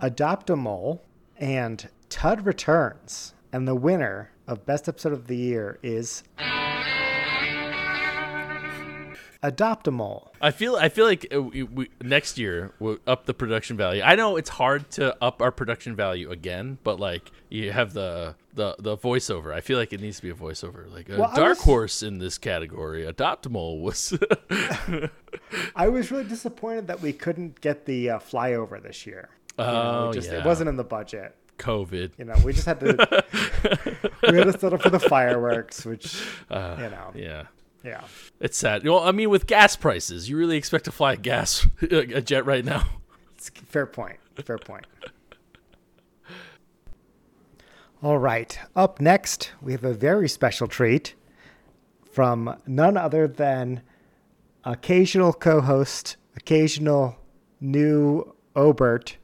Speaker 3: Adopt a Mole, and Tud Returns. And the winner of Best Episode of the Year is Adopt a Mole.
Speaker 1: I feel I feel like uh, we, we, next year we'll up the production value. I know it's hard to up our production value again, but like you have the the the voiceover. I feel like it needs to be a voiceover. Like a
Speaker 3: Well, I
Speaker 1: dark
Speaker 3: was-
Speaker 1: horse in this category, Adoptimal was
Speaker 3: I was really disappointed that we couldn't get the uh, flyover this year. You know, we
Speaker 1: Oh,
Speaker 3: just,
Speaker 1: yeah.
Speaker 3: It wasn't in the budget.
Speaker 1: COVID.
Speaker 3: You know, we just had to we had to settle for the fireworks, which you know
Speaker 1: Uh, Yeah.
Speaker 3: Yeah.
Speaker 1: It's sad. Well, I mean, with gas prices, you really expect to fly a gas a jet right now.
Speaker 3: It's fair point. Fair point. All right. Up next, we have a very special treat from none other than occasional co-host, occasional new Obert,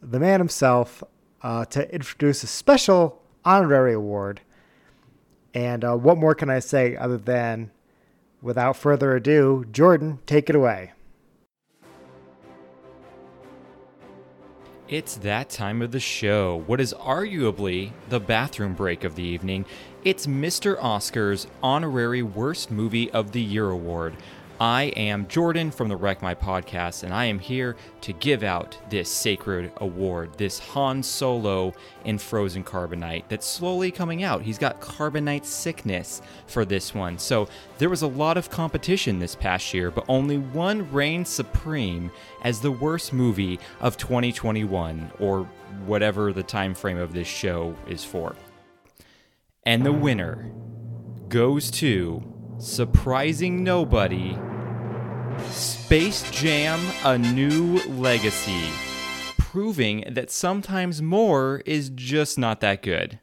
Speaker 3: the man himself, uh, to introduce a special honorary award. And uh, what more can I say other than, without further ado, Jordan, take it away.
Speaker 8: It's that time of the show, what is arguably the bathroom break of the evening. It's Mr. Oscar's honorary worst movie of the year award. I am Jordan from the Wreck My Podcast, and I am here to give out this sacred award, this Han Solo in Frozen Carbonite that's slowly coming out. He's got carbonite sickness for this one. So there was a lot of competition this past year, but only one reigned supreme as the worst movie of 2021, or whatever the time frame of this show is for. And the winner goes to surprising nobody Space Jam A New Legacy, proving that sometimes more is just not that good.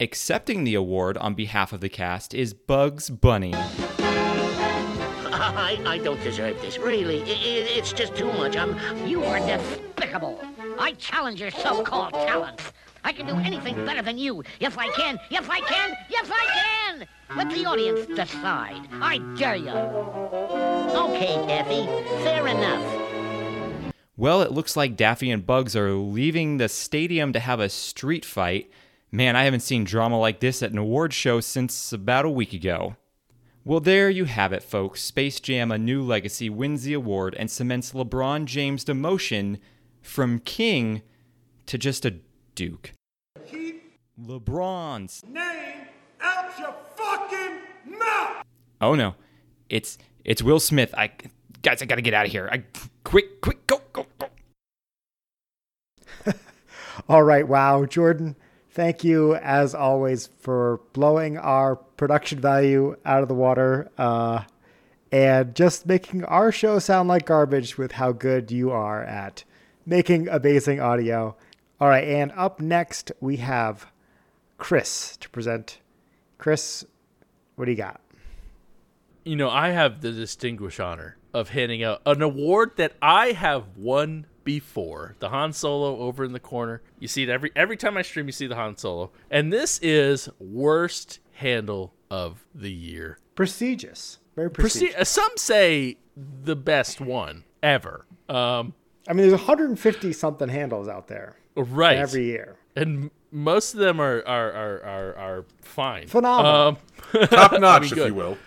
Speaker 8: Accepting the award on behalf of the cast is Bugs Bunny.
Speaker 9: I, I don't deserve this. Really, i i it's just too much. I'm, you are despicable. I challenge your so-called talents. I can do anything better than you. Yes, I can. Yes, I can. Yes, I can. Let the audience decide. I dare you. Okay, Daffy. Fair enough.
Speaker 8: Well, it looks like Daffy and Bugs are leaving the stadium to have a street fight. Man, I haven't seen drama like this at an award show since about a week ago. Well, there you have it, folks. Space Jam A New Legacy wins the award and cements LeBron James' demotion from king to just a duke. LeBron's. Oh no, it's it's Will Smith. I guys, I gotta get out of here. I quick, quick, go, go, go.
Speaker 3: All right, wow, Jordan, thank you as always for blowing our production value out of the water uh, and just making our show sound like garbage with how good you are at making amazing audio. All right, and up next we have Chris to present. Chris, what do you got?
Speaker 1: You know, I have the distinguished honor of handing out an award that I have won before. The Han Solo over in the corner. You see it every every time I stream. You see the Han Solo, and this is worst handle of the year.
Speaker 3: Prestigious. Very prestigious.
Speaker 1: Proce- uh, some say the best one ever. Um,
Speaker 3: I mean, there's 150 something handles out there
Speaker 1: right.
Speaker 3: every year.
Speaker 1: and m- most of them are are are are, are fine.
Speaker 3: Phenomenal.
Speaker 1: Um,
Speaker 2: Top notch, if
Speaker 1: good.
Speaker 2: you will.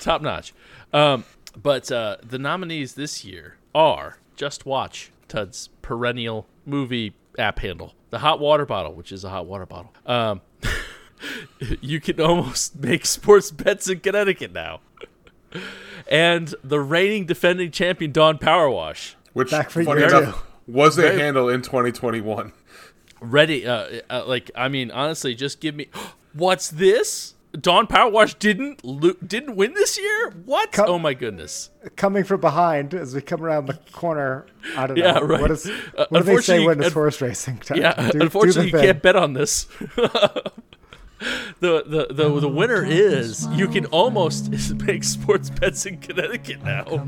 Speaker 1: top notch. Um, but uh, the nominees this year are Just Watch, Tud's perennial movie app handle, the hot water bottle, which is a hot water bottle. Um, you can almost make sports bets in Connecticut now. And the reigning defending champion Don Power Wash,
Speaker 2: Which,
Speaker 3: Back for
Speaker 2: funny
Speaker 3: you.
Speaker 2: enough, was a handle in 2021.
Speaker 1: ready. Uh, uh, like I mean, honestly, just give me what's this? Don Power Wash didn't lo- didn't win this year. What?
Speaker 3: Co-
Speaker 1: oh my goodness!
Speaker 3: Coming from behind as we come around the corner. I don't
Speaker 1: Yeah,
Speaker 3: know.
Speaker 1: right.
Speaker 3: What, is,
Speaker 1: Uh,
Speaker 3: what do they say
Speaker 1: unfortunately,
Speaker 3: when it's
Speaker 1: un-
Speaker 3: horse racing time?
Speaker 1: Yeah,
Speaker 3: Do- do the
Speaker 1: unfortunately, you
Speaker 3: thing.
Speaker 1: can't bet on this. the, the the the winner is you can almost make sports bets in Connecticut now.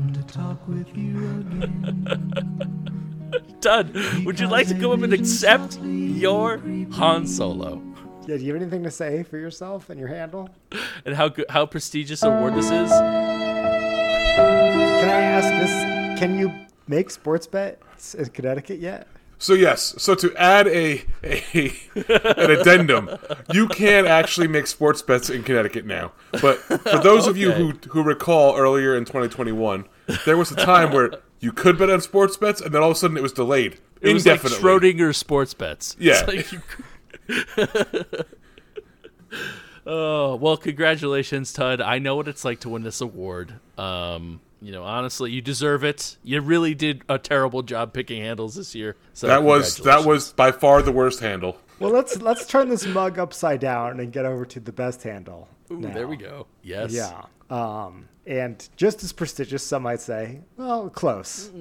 Speaker 1: Done. Would you like to come up and accept your Han Solo
Speaker 3: Yeah, do you have anything to say for yourself and your handle?
Speaker 1: and how good, how prestigious award this is?
Speaker 3: Can I ask this? Can you make sports bets in Connecticut yet?
Speaker 2: So yes, so to add a, a an addendum, you can actually make sports bets in Connecticut now. But for those of you who who recall earlier in 2021, there was a time where you could bet on sports bets, and then all of a sudden it was delayed
Speaker 1: It was like
Speaker 2: indefinitely.
Speaker 1: Schrodinger sports bets. It's
Speaker 2: Yeah.
Speaker 1: like you- oh well, congratulations, Tud. I know what it's like to win this award. Um, you know, honestly, you deserve it. You really did a terrible job picking handles this year. So
Speaker 2: that was that
Speaker 1: congratulations.
Speaker 2: was by far the worst handle.
Speaker 3: Well, let's let's turn this mug upside down and get over to the best handle.
Speaker 1: Ooh,
Speaker 3: now.
Speaker 1: there we go. Yes.
Speaker 3: Yeah. Um, and just as prestigious, some might say. Well, close.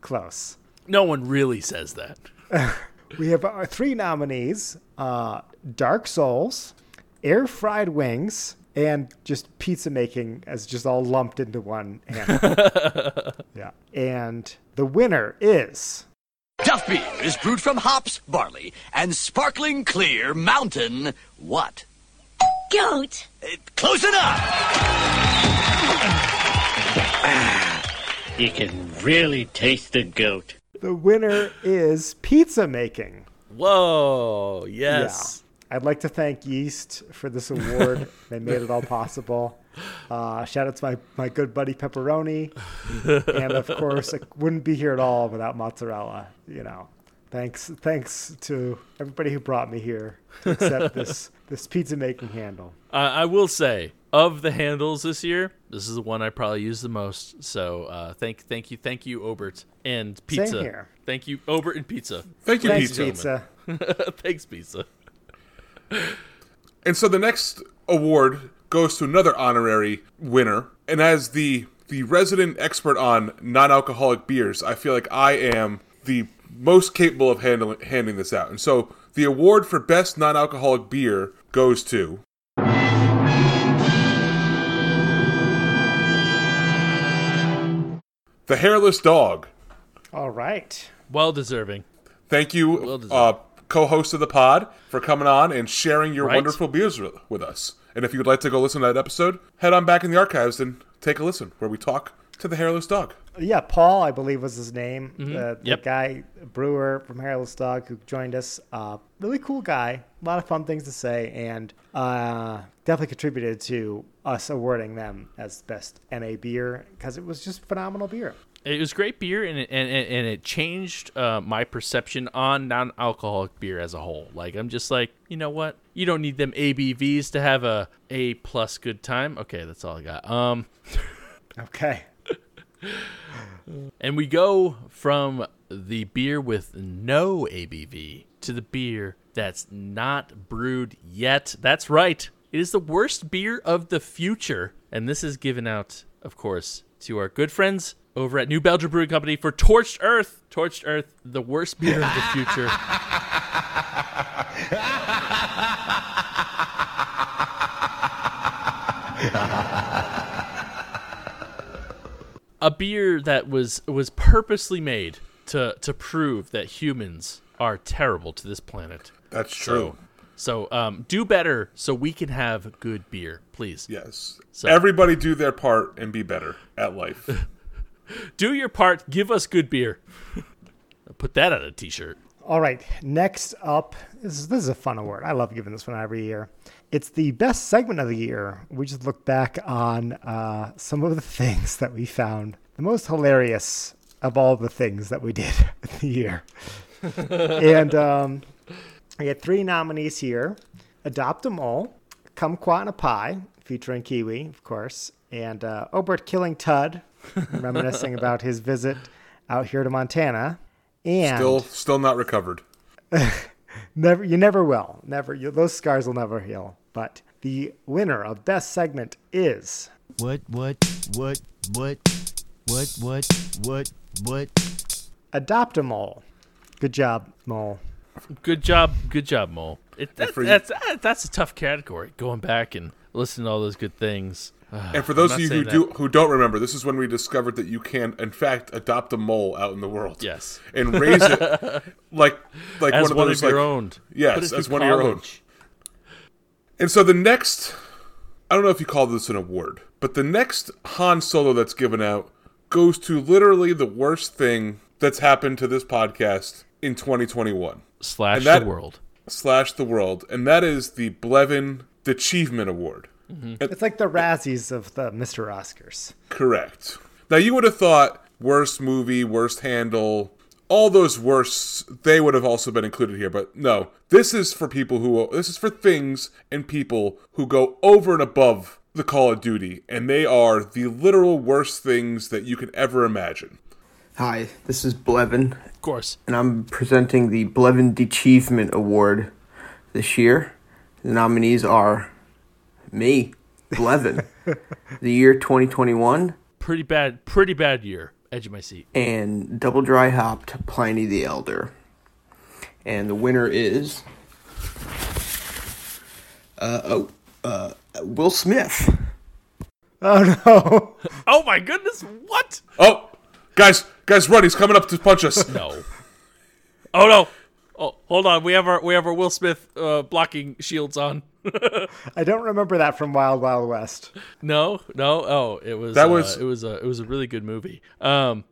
Speaker 3: Close.
Speaker 1: No one really says that.
Speaker 3: We have our three nominees uh, Dark Souls, Air Fried Wings, and just pizza making as just all lumped into one hand. yeah. And the winner is.
Speaker 10: Duff beer is brewed from hops, barley, and sparkling clear mountain. What?
Speaker 11: Goat.
Speaker 10: Eh, Close enough!
Speaker 12: You can really taste the goat.
Speaker 3: The winner is pizza making.
Speaker 1: Whoa. Yes.
Speaker 3: Yeah. I'd like to thank Yeast for this award. they made it all possible. Uh, shout out to my, my good buddy Pepperoni. and of course, I wouldn't be here at all without mozzarella. You know, thanks thanks to everybody who brought me here to accept this, this pizza making handle.
Speaker 1: Uh, I will say, of the handles this year, this is the one I probably use the most. So uh, thank, thank you, thank you, Obert and pizza.
Speaker 3: here.
Speaker 1: Thank you, Obert and pizza.
Speaker 2: Thank you,
Speaker 3: Thanks,
Speaker 2: pizza.
Speaker 3: pizza.
Speaker 1: Thanks, pizza.
Speaker 2: And so the next award goes to another honorary winner, and as the the resident expert on non-alcoholic beers, I feel like I am the most capable of handling handing this out. And so the award for best non-alcoholic beer goes to The Hairless Dog.
Speaker 3: All right.
Speaker 1: Well deserving.
Speaker 2: Thank you,
Speaker 1: deserved.
Speaker 2: uh, co-host of the pod, for coming on and sharing your
Speaker 1: Right.
Speaker 2: wonderful beers with, with us. And if you would like to go listen to that episode, head on back in the archives and take a listen, where we talk to the hairless dog.
Speaker 3: Yeah, Paul, I believe was his name. The, the
Speaker 1: Yep.
Speaker 3: guy, brewer from Hairless Dog, who joined us. Uh, really cool guy. A lot of fun things to say, and uh, definitely contributed to us awarding them as best NA beer because it was just phenomenal beer.
Speaker 1: It was great beer, and it, and, and and it changed uh, my perception on non-alcoholic beer as a whole. Like I'm just like, you know what? You don't need them ABVs to have a A plus good time. Okay, that's all I got. Um,
Speaker 3: Okay.
Speaker 1: and we go from the beer with no ABV to the beer that's not brewed yet. That's right. It is the worst beer of the future, and this is given out, of course, to our good friends over at New Belgium Brewing Company for Torched Earth. Torched Earth, the worst beer of the future. a beer that was was purposely made to to prove that humans are terrible to this planet.
Speaker 2: That's true.
Speaker 1: So um, do better so we can have good beer, please.
Speaker 2: yes.
Speaker 1: So-
Speaker 2: Everybody do their part and be better at life.
Speaker 1: Do your part. Give us good beer. Put that on a t-shirt.
Speaker 3: All right. Next up, this is, this is a fun award. I love giving this one out every year. It's the best segment of the year. We just look back on uh, some of the things that we found the most hilarious of all the things that we did in the year. and um, I get three nominees here Adopt a Mole, Kumquat in a Pie, featuring Kiwi, of course, and uh, Obert Killing Tud, reminiscing about his visit out here to Montana. And
Speaker 2: still, still not recovered.
Speaker 3: Never, you never will. Never, you, those scars will never heal. But the winner of best segment is
Speaker 4: What, what, what, what, what, what, what, what?
Speaker 3: Adopt a Mole. Good job, Mole.
Speaker 1: Good job. Good job, Mole. It, that,
Speaker 2: for you-
Speaker 1: that's that- that's a tough category. Going back and listening to all those good things.
Speaker 2: And for those
Speaker 1: not
Speaker 2: of you who
Speaker 1: saying
Speaker 2: do who don't remember, this is when we discovered that you can, in fact, adopt a mole out in the world.
Speaker 1: Yes.
Speaker 2: and raise it like like
Speaker 1: As
Speaker 2: one of
Speaker 1: one
Speaker 2: those
Speaker 1: of your
Speaker 2: like,
Speaker 1: own.
Speaker 2: Yes,
Speaker 1: Put it
Speaker 2: as
Speaker 1: through
Speaker 2: one of your own.
Speaker 1: college.
Speaker 2: And so the next, I don't know if you call this an award, but the next Han Solo that's given out goes to literally the worst thing that's happened to this podcast in 2021
Speaker 1: Slash
Speaker 2: And that-
Speaker 1: the world.
Speaker 2: slash the world, and that is the Blevin Achievement Award.
Speaker 3: It's like the Razzies of the Mr. Oscars.
Speaker 2: Correct. Now you would have thought worst movie, worst handle, all those worsts they would have also been included here, but no. This is for people who this is for things and people who go over and above the Call of Duty, and they are the literal worst things that you can ever imagine.
Speaker 12: Hi, this is Blevin,
Speaker 1: Of course.
Speaker 12: and I'm presenting the Blevin Achievement Award
Speaker 11: this year. The nominees are me, Blevin, the year 2021,
Speaker 1: Pretty bad, pretty bad year. Edge of my seat.
Speaker 11: and double dry hopped Pliny the Elder. And the winner is uh, oh, uh, Will Smith.
Speaker 3: Oh no!
Speaker 1: Oh my goodness! What?
Speaker 2: Oh, guys, guys, run! He's coming up to punch us.
Speaker 1: no. Oh no! Oh, hold on. We have our we have our Will Smith uh, blocking shields on.
Speaker 3: I don't remember that from Wild Wild West.
Speaker 1: No, no. Oh, it was
Speaker 3: That
Speaker 1: that was
Speaker 3: was-
Speaker 1: it was a it was a really good movie. Um,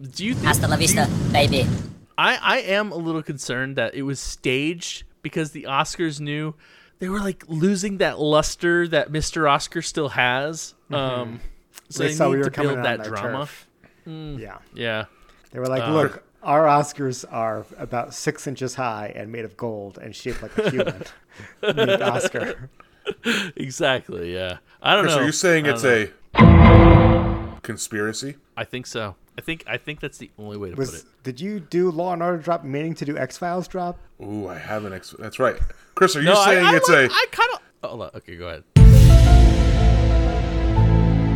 Speaker 1: do you think,
Speaker 13: Hasta la
Speaker 1: do you-
Speaker 13: vista, baby.
Speaker 1: I I am a little concerned that it was staged because the Oscars knew they were like losing that luster that Mr. Oscar still has. Um, so
Speaker 3: Mm-hmm. They
Speaker 1: they,
Speaker 3: saw we
Speaker 1: need
Speaker 3: were
Speaker 1: to
Speaker 3: coming
Speaker 1: build
Speaker 3: on
Speaker 1: that
Speaker 3: their
Speaker 1: drama. Hmm.
Speaker 3: turf. Yeah.
Speaker 1: Yeah.
Speaker 3: They were like,
Speaker 1: Uh,
Speaker 3: look, our Oscars are about six inches high and made of gold and shaped like a human. Meet Oscar.
Speaker 1: exactly. Yeah. I don't
Speaker 2: Okay,
Speaker 1: know.
Speaker 2: So you're saying
Speaker 1: I
Speaker 2: it's
Speaker 1: don't know.
Speaker 2: a conspiracy?
Speaker 1: I think so. I think I think that's the only way to put
Speaker 3: Was
Speaker 1: it.
Speaker 3: did you do Law and Order drop meaning to do X Files drop?
Speaker 2: Ooh, I have an ex. That's right, Chris. Are you
Speaker 1: No, I-
Speaker 2: saying
Speaker 1: I
Speaker 2: it's
Speaker 1: like-
Speaker 2: a
Speaker 1: I kind of. Oh, hold on. okay, go ahead.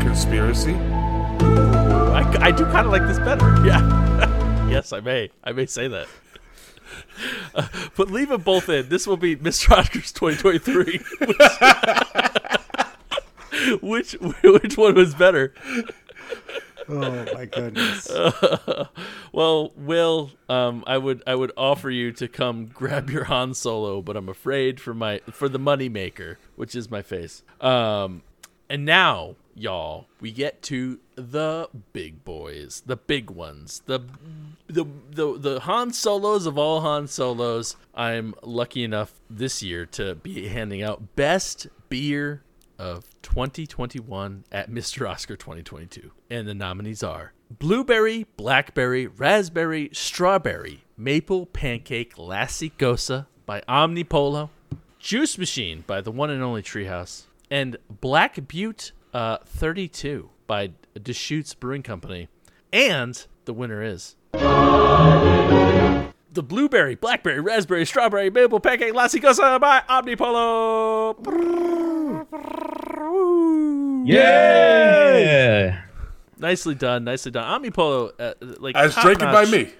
Speaker 2: conspiracy?
Speaker 1: I, I do kind of like this better. Yeah. yes, I may. I may say that. Uh, but leave them both in. This will be Miss Rogers 2023. Which, which which one was better?
Speaker 3: Oh my goodness.
Speaker 1: well, Will, um, I would I would offer you to come grab your Han Solo, but I'm afraid for my for the moneymaker, which is my face. Um, and now, y'all, we get to the big boys, the big ones, the the the the Han Solos of all Han Solos. I'm lucky enough this year to be handing out best beer of 2021 at Mr. Oscar 2022. And the nominees are blueberry, blackberry, raspberry, strawberry, maple pancake lassicosa by Omnipolo, Juice Machine by the one and only Treehouse, and Black Butte uh, 32 by Deschutes Brewing Company. And the winner is the blueberry, blackberry, raspberry, strawberry, maple pancake lassicosa by Omnipolo.
Speaker 14: Yeah.
Speaker 1: Nicely done, nicely done. Omnipolo, uh, like
Speaker 2: As
Speaker 1: top
Speaker 2: drinking by
Speaker 1: notch.
Speaker 2: me.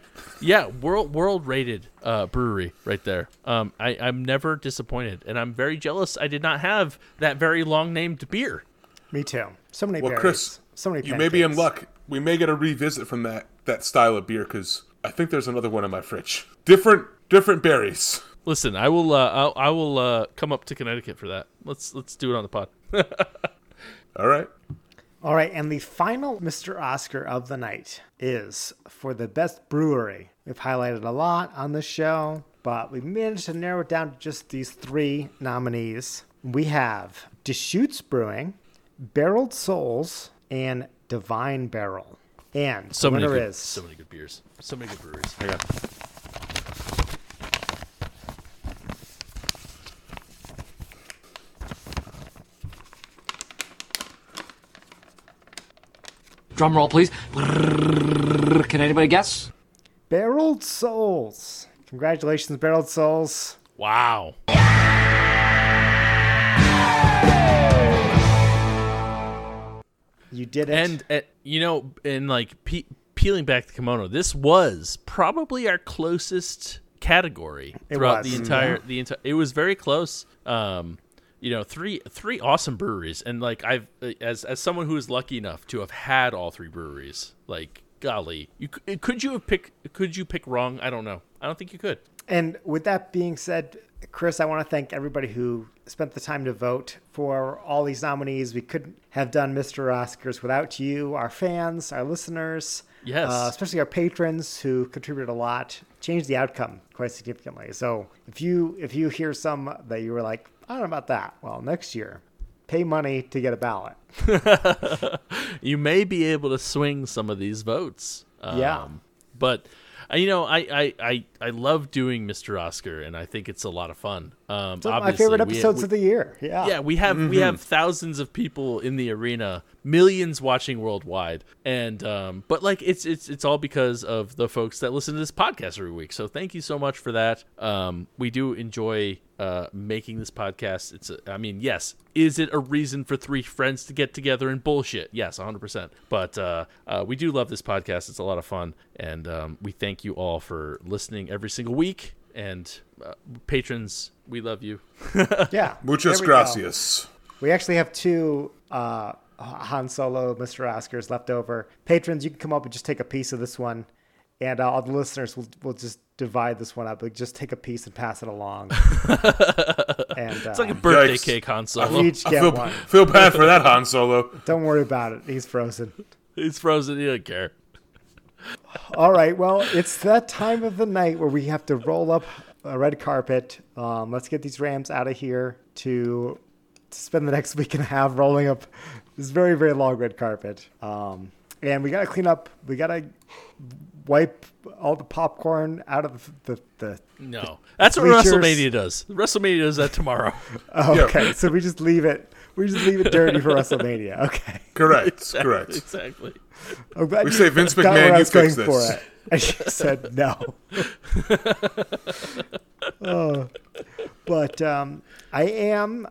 Speaker 1: Yeah, world world rated uh, brewery right there. Um, I I'm never disappointed, and I'm very jealous. I did not have that very long named beer.
Speaker 3: Me too. So many
Speaker 2: Well,
Speaker 3: berries.
Speaker 2: Chris,
Speaker 3: so many
Speaker 2: You may be in
Speaker 3: pancakes.
Speaker 2: luck. We may get a revisit from that that style of beer because I think there's another one in my fridge. Different different berries.
Speaker 1: Listen, I will uh, I'll, I will uh, come up to Connecticut for that. Let's let's do it on the pod.
Speaker 2: All right.
Speaker 3: All right, and the final Mr. Oscar of the night is for the best brewery. We've highlighted a lot on the show, but we managed to narrow it down to just these three nominees. We have Deschutes Brewing, Barreled Souls, and Divine Barrel. And
Speaker 1: So
Speaker 3: the
Speaker 1: many
Speaker 3: winner
Speaker 1: good,
Speaker 3: is
Speaker 1: so many good beers, so many good breweries. I
Speaker 15: Drum roll, please. Can anybody guess?
Speaker 3: Barreled Souls. Congratulations, Barreled Souls.
Speaker 1: Wow.
Speaker 3: You did it.
Speaker 1: And uh, you know, and like pe- peeling back the kimono, this was probably our closest category
Speaker 14: It
Speaker 1: throughout
Speaker 14: was, Mm-hmm.
Speaker 1: the entire
Speaker 14: yeah.
Speaker 1: the entire. It was very close. Um, you know, three three awesome breweries, and like I've uh, as as someone who is lucky enough to have had all three breweries, like golly, you c- could you have picked could you pick wrong? I don't know. I don't think you could.
Speaker 3: And with that being said, Chris, I want to thank everybody who spent the time to vote for all these nominees. We couldn't have done Mr. Oscars without you, our fans, our listeners.
Speaker 1: Yes.
Speaker 3: uh, especially our patrons who contributed a lot, changed the outcome quite significantly. So if you if you hear some that you were like, I don't know about that, well, next year, pay money to get a ballot.
Speaker 1: you may be able to swing some of these votes. Um,
Speaker 3: Yeah.
Speaker 1: But uh, you know, I, I I I love doing Mr. Oscar, and I think it's a lot of fun. Um,
Speaker 3: Some of my
Speaker 1: obviously,
Speaker 3: favorite
Speaker 1: we-
Speaker 3: episodes
Speaker 1: we-
Speaker 3: of the year. Yeah.
Speaker 1: yeah, we have we
Speaker 3: Mhm.
Speaker 1: have thousands of people in the arena, millions watching worldwide, and um, but like it's it's it's all because of the folks that listen to this podcast every week. So thank you so much for that. Um, we do enjoy uh, making this podcast. It's, a, I mean, yes, is it a reason for three friends to get together and bullshit? Yes, 100%. But uh, uh, we do love this podcast. It's a lot of fun. And um, we thank you all for listening every single week. And uh, patrons, we love you.
Speaker 3: yeah.
Speaker 2: Muchas
Speaker 3: there we go.
Speaker 2: gracias.
Speaker 3: We actually have two uh, Han Solo, Mr. Oscars left over. Patrons, you can come up and just take a piece of this one, and uh, all the listeners will will just divide this one up. Like, just take a piece and pass it along. and
Speaker 1: It's like a birthday
Speaker 2: Yikes.
Speaker 1: cake, Han
Speaker 2: I
Speaker 1: Solo.
Speaker 2: feel-
Speaker 3: You each
Speaker 2: I
Speaker 3: get
Speaker 2: feel,
Speaker 3: one.
Speaker 2: feel bad for that Han Solo.
Speaker 3: Don't worry about it. He's frozen.
Speaker 1: He's frozen. He doesn't care.
Speaker 3: All right. Well, it's that time of the night where we have to roll up a red carpet. Um, let's get these Rams out of here to spend the next week and a half rolling up this very, very long red carpet. Um, and we got to clean up. We got to wipe all the popcorn out of the. the
Speaker 1: No. That's what
Speaker 3: bleachers.
Speaker 1: WrestleMania does. WrestleMania does that tomorrow.
Speaker 3: Oh, okay. So we just leave it. We just leave it dirty for WrestleMania. Okay.
Speaker 2: Correct. correct.
Speaker 1: Exactly.
Speaker 3: I'm glad
Speaker 2: We
Speaker 3: you
Speaker 2: say, "Vince
Speaker 3: got
Speaker 2: McMahon,
Speaker 3: where I
Speaker 2: you
Speaker 3: was
Speaker 2: fix
Speaker 3: going for
Speaker 2: this."
Speaker 3: it. And you said no. Oh. but um, I am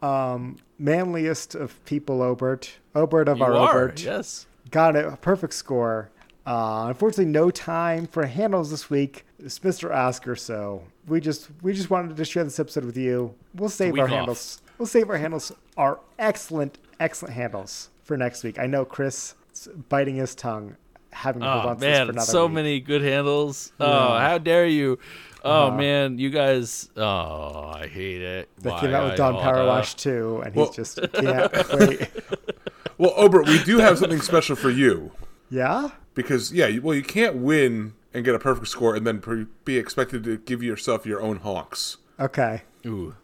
Speaker 3: um, manliest of people, Obert. Obert of
Speaker 1: You
Speaker 3: our
Speaker 1: are,
Speaker 3: Obert.
Speaker 1: yes.
Speaker 3: Got a perfect score. Uh, unfortunately, no time for handles this week. It's Mr. Oscar, so we just we just wanted to share this episode with you. We'll save
Speaker 1: week
Speaker 3: our
Speaker 1: off.
Speaker 3: handles. We'll save our handles, our excellent, excellent handles for next week. I know Chris is biting his tongue, having to hold
Speaker 1: Oh
Speaker 3: on to this for
Speaker 1: man,
Speaker 3: another
Speaker 1: so
Speaker 3: week.
Speaker 1: many good handles. Oh,
Speaker 3: Yeah.
Speaker 1: how dare you! Oh
Speaker 3: Uh-huh.
Speaker 1: man, you guys. Oh, I hate it.
Speaker 3: They
Speaker 1: Why
Speaker 3: came out
Speaker 1: I
Speaker 3: with Don
Speaker 1: all
Speaker 3: Powerwash
Speaker 1: that?
Speaker 3: too, and
Speaker 2: Well-
Speaker 3: he's just can't wait.
Speaker 2: Well, Obert, we do have something special for you
Speaker 3: Yeah,
Speaker 2: because yeah, you, well, you can't win and get a perfect score and then pre- be expected to give yourself your own honks.
Speaker 3: okay.
Speaker 1: Ooh.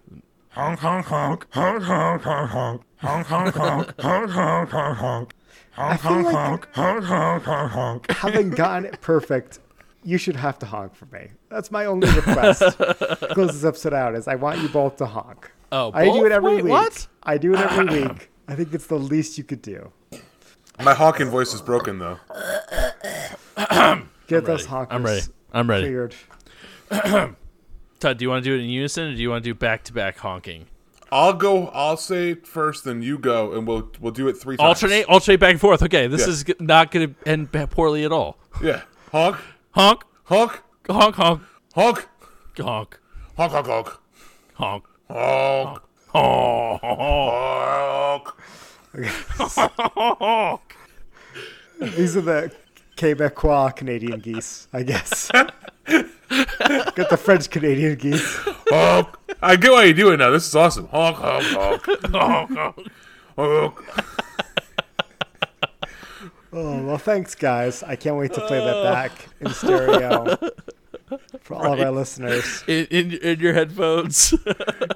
Speaker 13: Honk, honk, honk. Honk, honk, honk, honk. Honk, honk, honk. Honk, honk, honk, honk. Honk,
Speaker 3: feel
Speaker 13: honk,
Speaker 3: like-
Speaker 13: honk. Honk, honk, honk, honk.
Speaker 3: Having gotten it perfect, you should have to honk for me. That's my only request. to Close this episode out is I want you both to honk.
Speaker 1: Oh,
Speaker 3: I do
Speaker 1: both?
Speaker 3: it every
Speaker 1: Wait,
Speaker 3: week.
Speaker 1: what?
Speaker 3: I do it every week. I think it's the least you could do.
Speaker 2: My honking voice is broken though.
Speaker 3: Get
Speaker 1: I'm
Speaker 3: those
Speaker 1: ready.
Speaker 3: honkers.
Speaker 1: I'm ready. I'm ready.
Speaker 3: Cleared.
Speaker 1: Todd, do you want to do it in unison, or do you want to do back to back honking?
Speaker 2: I'll go. I'll say it first, then you go, and we'll we'll do it three times.
Speaker 1: Alternate, alternate back and forth. Okay, this
Speaker 2: Yeah.
Speaker 1: is g- not going to end ba- poorly at all.
Speaker 2: Yeah. Honk.
Speaker 1: Honk,
Speaker 2: Honk.
Speaker 1: honk, honk,
Speaker 2: Honk.
Speaker 1: honk,
Speaker 2: Honk. Honk. Honk.
Speaker 1: honk.
Speaker 2: Honk. Honk.
Speaker 1: honk.
Speaker 3: These are the Quebecois Canadian geese, I guess. Got the French Canadian geese.
Speaker 2: honk. I get why you do it now. This is awesome. Honk, honk, honk, honk, honk, honk.
Speaker 3: Oh well, thanks guys. I can't wait to play that
Speaker 1: Uh.
Speaker 3: back in stereo for all of our listeners.
Speaker 1: In, in in your headphones.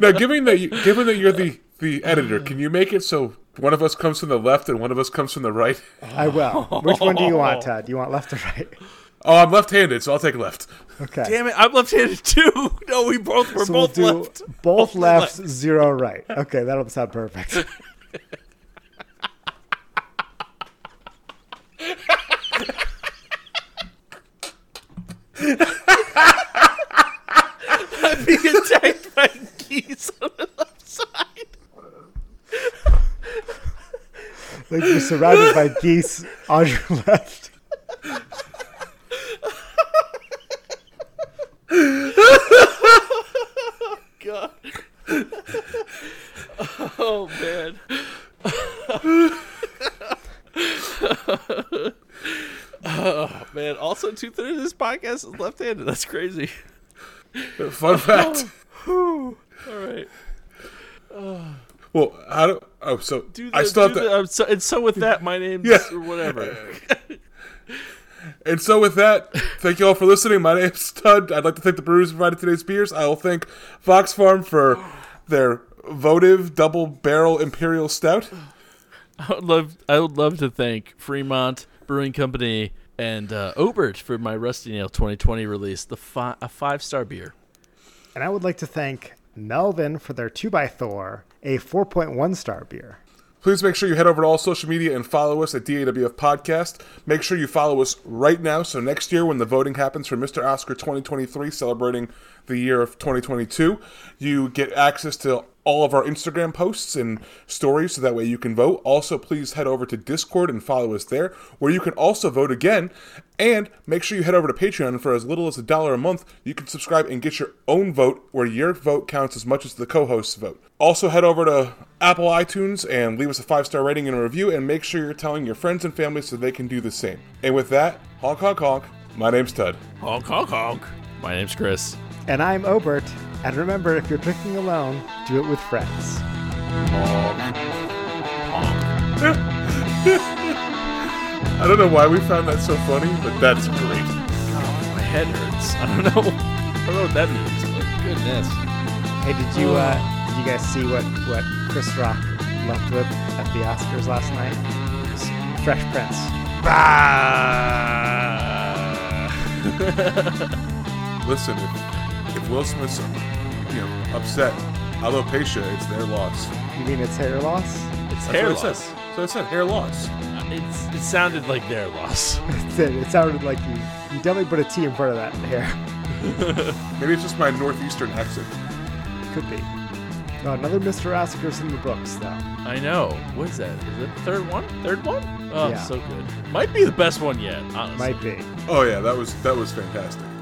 Speaker 2: Now, given that you, given that you're the the editor, can you make it so one of us comes from the left and one of us comes from the right?
Speaker 3: I will. Which one do you want, Todd? You want left or right?
Speaker 2: Oh, I'm left-handed, so I'll take left.
Speaker 3: Okay.
Speaker 1: Damn it, I'm left-handed too. No, we both we're
Speaker 3: so
Speaker 1: both
Speaker 3: we'll do
Speaker 1: left.
Speaker 3: both left, zero right. Okay, that'll sound perfect.
Speaker 1: I'm being attacked by geese on the left side.
Speaker 3: Like you're surrounded by geese on your left.
Speaker 1: God. oh man. oh man. Also, two thirds of this podcast is left-handed. That's crazy.
Speaker 2: Fun fact.
Speaker 1: Whew. All right. Oh,
Speaker 2: Well, how do? Oh, so
Speaker 1: do the,
Speaker 2: I still have
Speaker 1: do
Speaker 2: to.
Speaker 1: the- I'm so, and so with that, my name's
Speaker 2: Yeah.
Speaker 1: or whatever.
Speaker 2: And so with that, thank you all for listening. My name's Todd. I'd like to thank the brewers who provided today's beers. I will thank Fox Farm for their votive double barrel imperial stout.
Speaker 1: I would love I would love to thank Fremont Brewing Company and uh, Obert for my Rusty Nail 2020 release, the fi- a five star beer.
Speaker 3: And I would like to thank Melvin for their two by Thor, a four point one star beer.
Speaker 2: Please make sure you head over to all social media and follow us at DAWF Podcast. Make sure you follow us right now so next year when the voting happens for Mr. Oscar 2023 celebrating the year of 2022. You get access to all of our Instagram posts and stories so that way you can vote. Also, please head over to Discord and follow us there, where you can also vote again. And make sure you head over to Patreon for as little as a dollar a month. You can subscribe and get your own vote, where your vote counts as much as the co host's vote. Also, head over to Apple iTunes and leave us a five star rating and a review, and make sure you're telling your friends and family so they can do the same. And with that, honk, honk, honk. My name's Tud.
Speaker 1: Honk, honk, honk. My name's Chris.
Speaker 3: And I'm Obert. And remember, if you're drinking alone, do it with friends.
Speaker 2: I don't know why we found that so funny, but that's great.
Speaker 1: my head hurts. I don't know. I don't know what that means. But goodness.
Speaker 3: Hey, did you uh, did you guys see what what Chris Rock left with at the Oscars last night? Fresh Prince.
Speaker 2: Listen, if, if Will Smith's you know upset, alopecia, it's their loss.
Speaker 3: You mean it's hair loss?
Speaker 1: It's
Speaker 2: That's
Speaker 1: hair
Speaker 2: what it
Speaker 1: loss.
Speaker 2: says. So it said hair loss.
Speaker 1: It's, it sounded like their loss.
Speaker 3: That's it. It sounded like you you definitely put a T in front of that hair.
Speaker 2: Maybe it's just my northeastern accent.
Speaker 3: Could be. Oh, another Mr. Oscars in the books, though.
Speaker 1: I know. What is that? Is it the third one? Third one? Oh,
Speaker 3: Yeah.
Speaker 1: so good. Might be the best one yet, honestly.
Speaker 3: Might be.
Speaker 2: Oh yeah, that was that was fantastic.